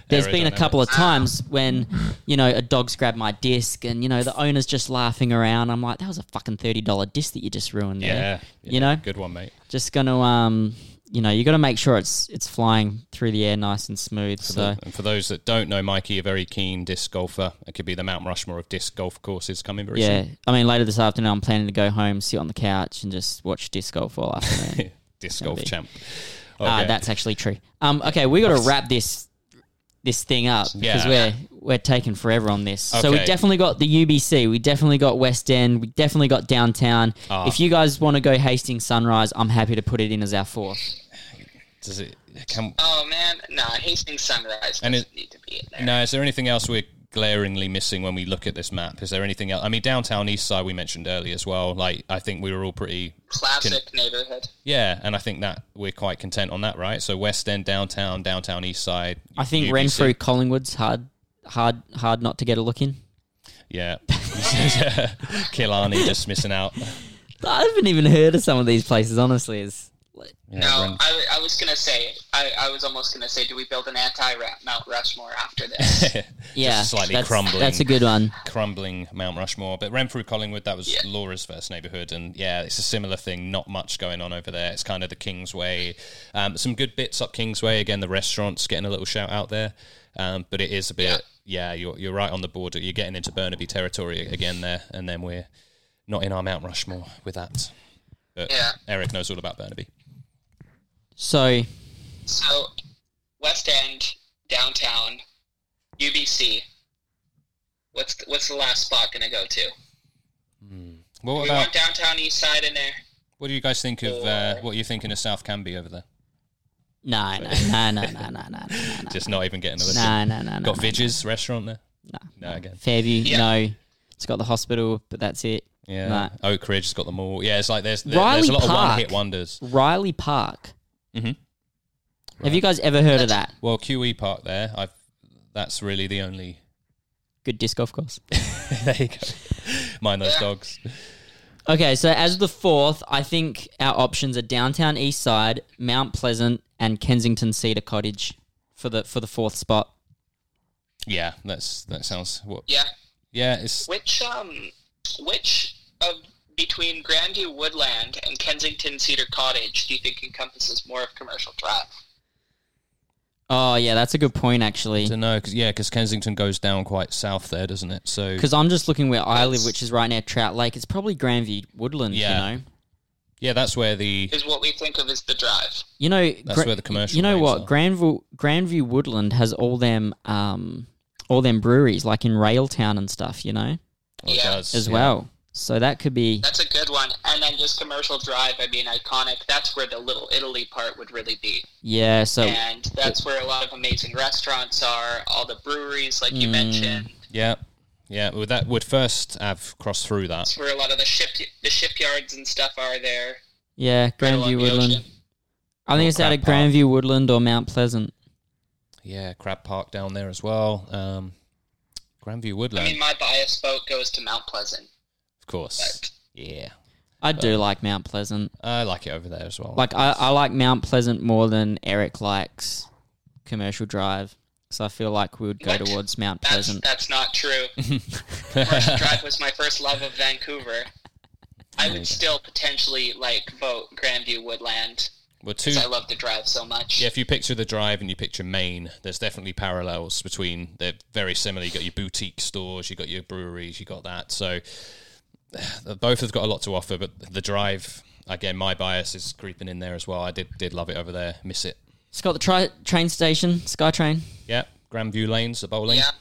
S2: there's been a couple of times when, you know, a dog's grabbed my disc and, you know, the owner's just laughing around. I'm like, that was a fucking $30 disc that you just ruined there.
S1: Yeah,
S2: You know?
S1: good one, mate.
S2: Just going to, um, you know, you got to make sure it's it's flying through the air nice and smooth. So,
S1: And for those that don't know, Mikey, a very keen disc golfer. It could be the Mount Rushmore of disc golf courses coming very
S2: yeah. I mean, later this afternoon, I'm planning to go home, sit on the couch and just watch disc golf all afternoon.
S1: soon. disc golf
S2: be.
S1: champ.
S2: Uh,
S1: Okay.
S2: that's actually true. Um, okay, we got to wrap this this thing up because
S1: Yeah.
S2: we're we're taking forever on this. So we
S1: Okay.
S2: definitely got the UBC, we definitely got West End, we definitely got downtown.
S1: Ah.
S2: If you guys want to go Hastings Sunrise, I'm happy to put it in as our fourth.
S1: Does it? Can,
S3: Oh man, no, Hastings Sunrise doesn't
S1: And it-
S3: need to be in there.
S1: now, is there anything else we're glaringly missing when we look at this map? Is there anything else? I mean, downtown East Side we mentioned earlier as well. Like, I think we were all pretty
S3: Classic neighborhood.
S1: yeah, and I think that we're quite content on that, right? So West End, downtown, downtown East Side.
S2: I think
S1: UBC.
S2: Renfrew, Collingwood's hard, hard, hard not to get a look in.
S1: Yeah, Killarney just missing out.
S2: I haven't even heard of some of these places. Honestly, is
S1: Yeah,
S3: No,
S1: Ren-
S3: I, I was gonna say, I, I was almost gonna say, do we build an anti-Mount Rushmore after this?
S2: yeah,
S1: just slightly
S2: that's,
S1: crumbling.
S2: That's a good one.
S1: crumbling Mount Rushmore. But Renfrew Collingwood, that was
S3: Yeah.
S1: Laura's first neighbourhood, and yeah, it's a similar thing. Not much going on over there. It's kind of the Kingsway. Um, some good bits up Kingsway. Again, the restaurants getting a little shout out there, um, but it is a bit. Yeah. you're you're right on the border. You're getting into Burnaby territory again there, and then we're not in our Mount Rushmore with that. But
S3: Yeah.
S1: Eric knows all about Burnaby.
S2: So
S3: so, West End, downtown, UBC. What's the, what's the last spot gonna go to?
S1: Well, what
S3: We
S1: about
S3: want downtown East Side in there.
S1: what do you guys think of uh, what are you thinking of South Canby over there?
S2: no, no, no, no, no, no, no, no, no,
S1: Just not even getting a listen.
S2: no, no, no, no.
S1: Got Vidge's restaurant there.
S2: No.
S1: No, again.
S2: Fairview,
S3: Yeah.
S2: no. It's got the hospital, but that's it.
S1: Yeah,
S2: Nah.
S1: Oak Ridge has got the mall. Yeah, it's like there's there- there's
S2: Riley
S1: a lot
S2: Park.
S1: of one hit wonders.
S2: Riley Park.
S1: Mhm.
S2: Have you guys ever heard of that?
S1: Well, QE Park there. I've that's really the only.
S2: Good disc golf course.
S1: there you go. Mind those
S3: Yeah.
S1: dogs.
S2: Okay, so as the fourth, I think our options are downtown east side, Mount Pleasant, and Kensington Cedar Cottage for the for the fourth spot.
S1: Yeah, that's that sounds. What?
S3: Yeah.
S1: Yeah, it's
S3: Which um, which of between Grandview Woodland and Kensington Cedar Cottage do you think encompasses more of Commercial Drive?
S2: Oh yeah, that's a good point actually.
S1: to know because yeah, because Kensington goes down quite south there, doesn't it? So
S2: Because I'm just looking where I live, which is right near Trout Lake. It's probably Grandview Woodland,
S1: Yeah.
S2: you know.
S1: yeah, that's where the
S3: Is what we think of as the drive.
S2: You know,
S1: That's where the commercial
S2: You know
S1: rates
S2: what?
S1: are.
S2: Granville Grandview Woodland has all them um, all them breweries like in Railtown and stuff, you know,
S1: Well, Oh, it
S3: Yeah.
S1: does,
S2: as
S1: yeah.
S2: well. So that could be
S3: That's a good one. And then just Commercial Drive, I mean, iconic. That's where the Little Italy part would really be.
S2: yeah.
S1: Oh.
S2: So
S3: and that's where a lot of amazing restaurants are, all the breweries, like you
S2: Mm.
S3: mentioned.
S1: Yeah, yeah. Well, that would first have crossed through that.
S3: That's where a lot of the ship the shipyards and stuff are there.
S2: yeah,
S3: Right along
S2: Grandview
S3: the
S2: Woodland.
S3: ocean.
S2: I think
S1: Oh,
S2: it's out
S1: crap
S2: of
S1: pile.
S2: Grandview Woodland or Mount Pleasant.
S1: Yeah, Crab Park down there as well. Um, Grandview Woodland,
S3: I mean, my bias vote goes to Mount Pleasant.
S1: of course. Yeah,
S2: I do like Mount Pleasant.
S1: I like it over there as well.
S2: Like I, I like Mount Pleasant more than Eric likes Commercial Drive. So I feel like we would go
S3: What?
S2: towards Mount
S3: That's
S2: Pleasant.
S3: that's not true. Commercial Drive was my first love of Vancouver. I would still potentially like vote Grandview Woodland
S1: well, two.
S3: because
S2: Hmm.
S3: I love the drive so much.
S1: Yeah, if you picture the drive and you picture Maine, there's definitely parallels between. They're very similar. You got your boutique stores, you got your breweries, you got that. So uh, both have got a lot to offer. But the drive, again, my bias is creeping in there as well. I did did love it over there. Miss it.
S2: It's got the tri- train station, SkyTrain.
S1: Yeah, Grandview Lanes, the bowling.
S3: Yeah.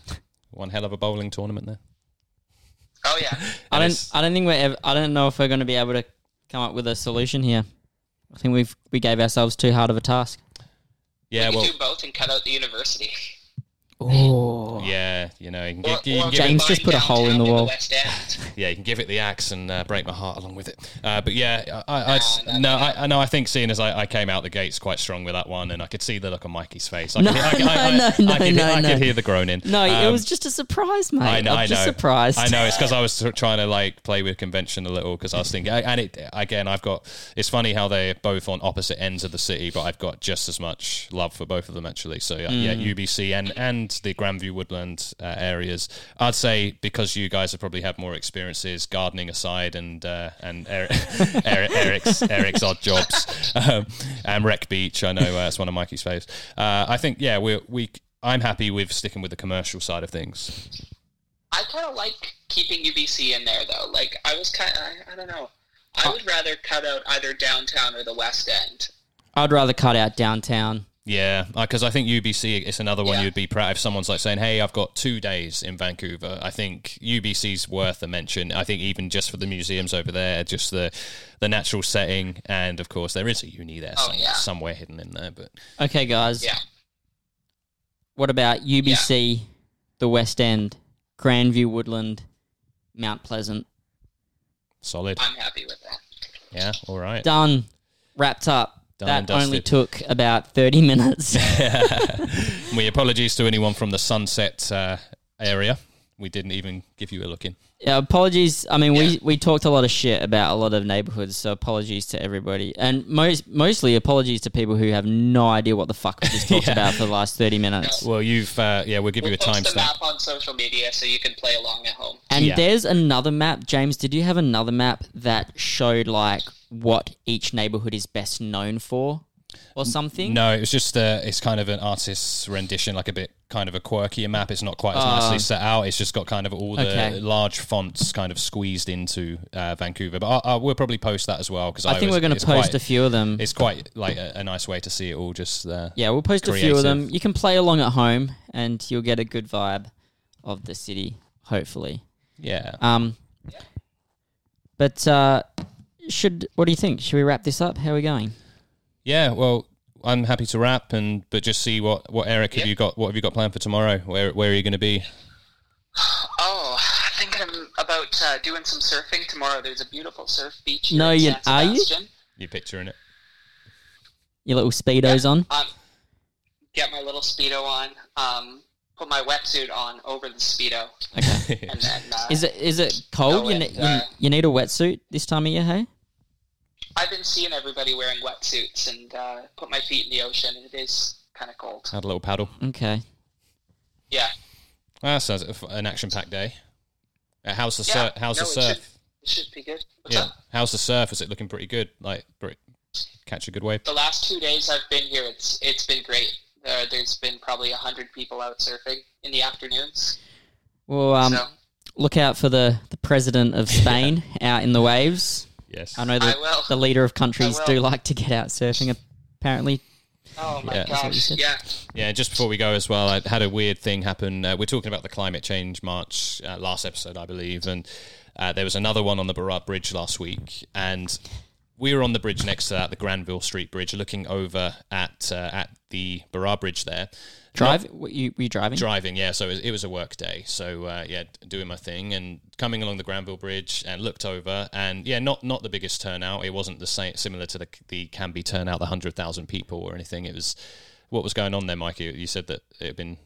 S1: One hell of a bowling tournament there.
S3: Oh yeah.
S2: I
S1: And
S2: don't.
S1: it's-
S2: I don't think we're. Ever, I don't know if we're going to be able to come up with a solution here. I think we've we gave ourselves too hard of a task.
S1: Yeah,
S3: we
S1: well,
S3: could do both and cut out the university.
S2: Oh,
S1: yeah, you know, you can,
S3: Or-
S1: gi- you
S3: or
S1: can give it,
S2: James just put a hole in
S3: downtown
S2: the wall.
S3: West End.
S1: yeah, you can give it the axe and uh, break my heart along with it. Uh, but yeah, I,
S2: Ah,
S1: I, I'd,
S3: No,
S1: no,
S3: no,
S1: I, I know. I think seeing as I, I came out the gates quite strong with that one, and I could see the look on Mikey's face. I
S2: No,
S1: could, hear- I, could- I,
S2: no,
S1: I,
S2: no,
S1: I could,
S2: no,
S1: I
S2: no.
S1: could hear the groaning.
S2: No, it
S1: Um,
S2: was just a surprise, mate.
S1: I
S2: I
S1: know,
S2: am
S1: I know.
S2: just surprised.
S1: I know it's because I was sort of trying to like play with convention a little because I was thinking, and it again, I've got. It's funny how they're both on opposite ends of the city, but I've got just as much love for both of them actually. So yeah,
S2: Mm.
S1: yeah UBC and and the Grandview Woodland uh, areas. I'd say because you guys have probably had more experiences gardening aside, and uh, and Eric, Eric, Eric's Eric's odd jobs, um, and Wreck Beach. I know uh, it's one of Mikey's faves. Uh, I think yeah, we we. I'm happy with sticking with the commercial side of things.
S3: I kind of like keeping UBC in there though. Like I was kind I, I don't know. I would rather cut out either downtown or the West End.
S2: I'd rather cut out downtown.
S1: Yeah, because I think UBC it's another one
S3: Yeah.
S1: you'd be proud if someone's like saying, "Hey, I've got two days in Vancouver." I think UBC's worth a mention. I think even just for the museums over there, just the the natural setting, and of course there is a uni there
S3: Oh,
S1: some,
S3: yeah.
S1: somewhere hidden in there. But
S2: Okay, guys.
S3: Yeah.
S2: What about UBC, the West End, Grandview Woodland, Mount Pleasant?
S1: solid,
S3: I'm happy with that.
S1: yeah, all right.
S2: Done. Wrapped up.
S1: Done
S2: that
S1: and
S2: only
S1: dusted.
S2: took about 30 minutes.
S1: My apologies to anyone from the Sunset uh, area. We didn't even give you a look in.
S2: yeah, apologies. I mean, we, we talked a lot of shit about a lot of neighborhoods, so apologies to everybody. And most mostly apologies to people who have no idea what the fuck we just talked about for the last 30 minutes.
S1: Well, you've uh, yeah, we'll give you
S3: We'll
S1: a
S3: post
S1: timestamp.
S3: the map on social media so you can play along at home.
S2: And
S1: Yeah.
S2: there's another map. James, did you have another map that showed like what each neighborhood is best known for or something?
S1: No, it was just uh, it's kind of an artist's rendition, like a bit kind of a quirkier map. It's not quite as
S2: Ah.
S1: nicely set out. It's just got kind of all the
S2: Okay.
S1: large fonts kind of squeezed into uh, Vancouver. But I, I, we'll probably post that as well because
S2: I think we're going to post a few of them.
S1: It's quite like a, a nice way to see it all. Just uh,
S2: Yeah, we'll post a few
S1: creative.
S2: of them. You can play along at home and you'll get a good vibe of the city, hopefully.
S1: yeah.
S2: Um, but uh, should what do you think? Should we wrap this up? How are we going?
S1: Yeah, well, I'm happy to wrap and but just see what what Eric have
S3: Yeah.
S1: you got? What have you got planned for tomorrow? Where where are you going to be?
S3: Oh, I think I'm about uh, doing some surfing tomorrow. There's a beautiful surf beach. Here
S2: No,
S3: in
S2: you-
S3: San
S2: are you?
S3: Sebastian.
S1: You picturing it?
S2: Your little speedos on.
S3: Um, get my little speedo on. Um, put my wetsuit on over the speedo,
S2: Okay.
S3: and then uh,
S2: Is it is it cold?
S3: No,
S2: you, ne-
S3: it's, uh,
S2: you you need a wetsuit this time of year, hey?
S3: I've been seeing everybody wearing wetsuits and uh, put my feet in the ocean. and It is kind of cold.
S1: Had a little paddle.
S2: Okay.
S3: Yeah.
S1: That sounds like an action packed day. Uh, how's the
S3: yeah.
S1: sur- how's
S3: no,
S1: the
S3: it
S1: surf?
S3: Should, it should be good. What's
S1: Yeah.
S3: up?
S1: How's the surf? Is it looking pretty good? Like, pretty, catch a good wave?
S3: The last two days I've been here, it's it's been great. Uh, there's been probably a hundred people out surfing in the afternoons.
S2: Well, um,
S3: so
S2: look out for the, the president of Spain out in the waves.
S1: Yes.
S2: I know
S3: I
S2: the,
S3: will.
S2: the leader of countries
S3: I will.
S2: do like to get out surfing apparently.
S3: Oh my
S1: Yeah.
S2: That's what you
S3: gosh!
S2: said.
S3: Yeah,
S1: Yeah, just before we go as well, I had a weird thing happen. Uh, we're talking about the climate change march uh, last episode, I believe, and uh, there was another one on the Barat Bridge last week, and we were on the bridge next to that, the Granville Street Bridge, looking over at uh, at the Barat Bridge there.
S2: Drive? Were you, were you driving?
S1: Driving, yeah. So it was, it was a work day. So uh, yeah, doing my thing and coming along the Granville Bridge and looked over and yeah, not not the biggest turnout. It wasn't the same similar to the the Canby turnout, the hundred thousand people or anything. It was what was going on there, Mikey. You said that it had been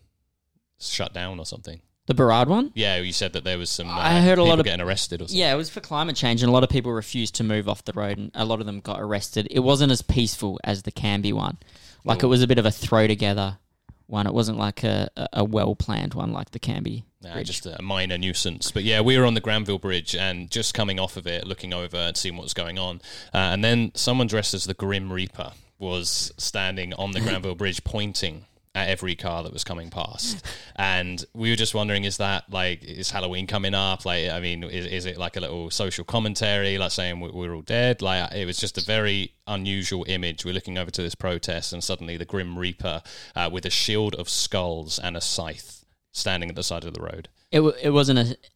S1: shut down or something.
S2: The Barad one?
S1: Yeah, you said that there was some. Uh,
S2: I heard a lot
S1: people
S2: of-
S1: getting arrested or something.
S2: Yeah, it was for climate change, and a lot of people refused to move off the road, and a lot of them got arrested. It wasn't as peaceful as the Canby one. Like, it was a bit of a throw together one. It wasn't like a, a, a well planned one like the Canby.
S1: Nah,
S2: Bridge.
S1: Uh, just a minor nuisance. But yeah, we were on the Granville Bridge and just coming off of it, looking over and seeing what was going on. Uh, and then someone dressed as the Grim Reaper was standing on the Granville Bridge pointing at every car that was coming past. And we were just wondering, is that like, is Halloween coming up? Like, I mean, is, is it like a little social commentary, like saying we- we're all dead? Like, it was just a very unusual image. We're looking over to this protest and suddenly the Grim Reaper uh, with a shield of skulls and a scythe standing at the side of the road.
S2: It, wa- it wasn't a.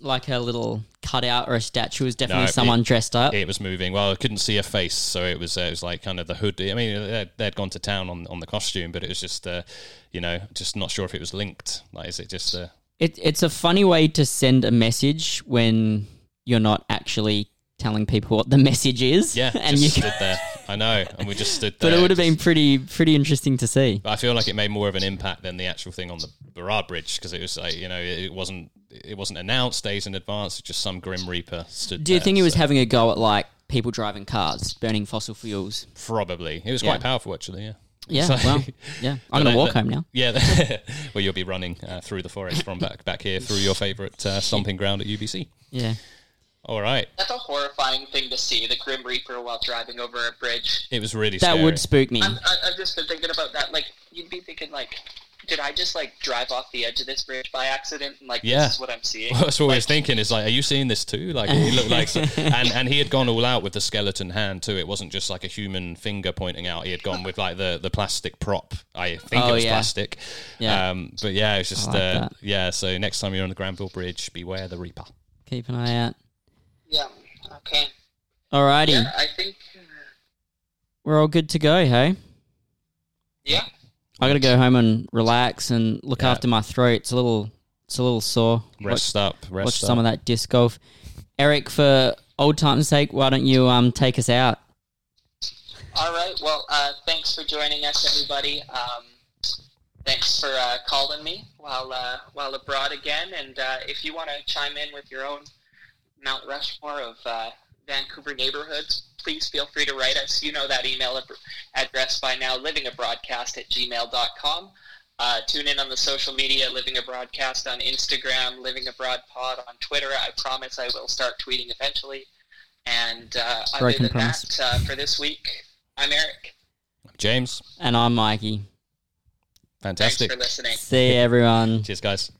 S2: Like a little cutout or a statue It was definitely
S1: No, it-
S2: someone dressed up.
S1: It was moving. Well, I couldn't see a face, so it was uh, it was like kind of the hood. I mean, they'd, they'd gone to town on, on the costume, but it was just uh, you know just not sure if it was linked. Like, is it just uh,
S2: It, it's a funny way to send a message when you're not actually telling people what the message is.
S1: yeah?
S2: and you.
S1: just stood there. I know, and we just stood there.
S2: But it would have been
S1: Just-
S2: pretty pretty interesting to see.
S1: But I feel like it made more of an impact than the actual thing on the Burrard Bridge because it was like you know it, it wasn't it wasn't announced days in advance. It's just some grim reaper stood.
S2: Do you
S1: there,
S2: think he was
S1: so-
S2: having a go at like people driving cars, burning fossil fuels?
S1: probably? It was
S2: Yeah.
S1: quite powerful actually. Yeah.
S2: Yeah,
S1: So-
S2: well, yeah. I'm
S1: But
S2: gonna
S1: that-
S2: walk
S1: that-
S2: home now.
S1: Yeah, well, you'll be running uh, through the forest from back back here through your favourite uh, stomping ground at UBC.
S2: Yeah,
S1: All right,
S3: that's a horrifying thing to see. The Grim Reaper while driving over a bridge.
S1: it was really
S2: that
S1: scary.
S2: would spook me.
S3: I'm, I, I've just been thinking about that. Like, you'd be thinking, like, did I just like drive off the edge of this bridge by accident? And like,
S1: Yeah.
S3: this is what I'm seeing.
S1: That's what I was thinking. Is like, are you seeing this too? Like, it looked like, and and he had gone all out with the skeleton hand too. It wasn't just like a human finger pointing out. He had gone with like the the plastic prop. I think
S2: Oh,
S1: it was
S2: yeah.
S1: plastic.
S2: Yeah.
S1: Um, but yeah, it's just
S2: I like
S1: uh,
S2: that.
S1: yeah. So next time you're on the Granville Bridge, beware the Reaper.
S2: Keep an eye out.
S3: Yeah. Okay.
S2: Alrighty,
S3: Yeah, I think.
S2: we're all good to go. Hey,
S3: Yeah.
S2: I gotta go home and relax and look
S1: Yeah.
S2: after my throat. It's a little, it's a little sore.
S1: Rest up. Rest
S2: watch watch
S1: up.
S2: some of that disc golf. Eric, for old times' sake, why don't you um take us out?
S3: All right. Well, uh, thanks for joining us, everybody. Um, thanks for uh, calling me while uh, while abroad again. And uh, if you want to chime in with your own Mount Rushmore of uh, Vancouver neighborhoods, please feel free to write us. You know that email ab- address by now, livingabroadcast at gmail.com. Uh, tune in on the social media, Living a Broadcast on Instagram, Living Abroad Pod on Twitter. I promise I will start tweeting eventually. And uh, other
S2: Broken
S3: than
S2: promise.
S3: that, uh, for this week, I'm Eric.
S1: James,
S2: And I'm Mikey.
S3: Thanks
S1: fantastic.
S3: for listening.
S2: See you, everyone.
S1: Cheers, guys.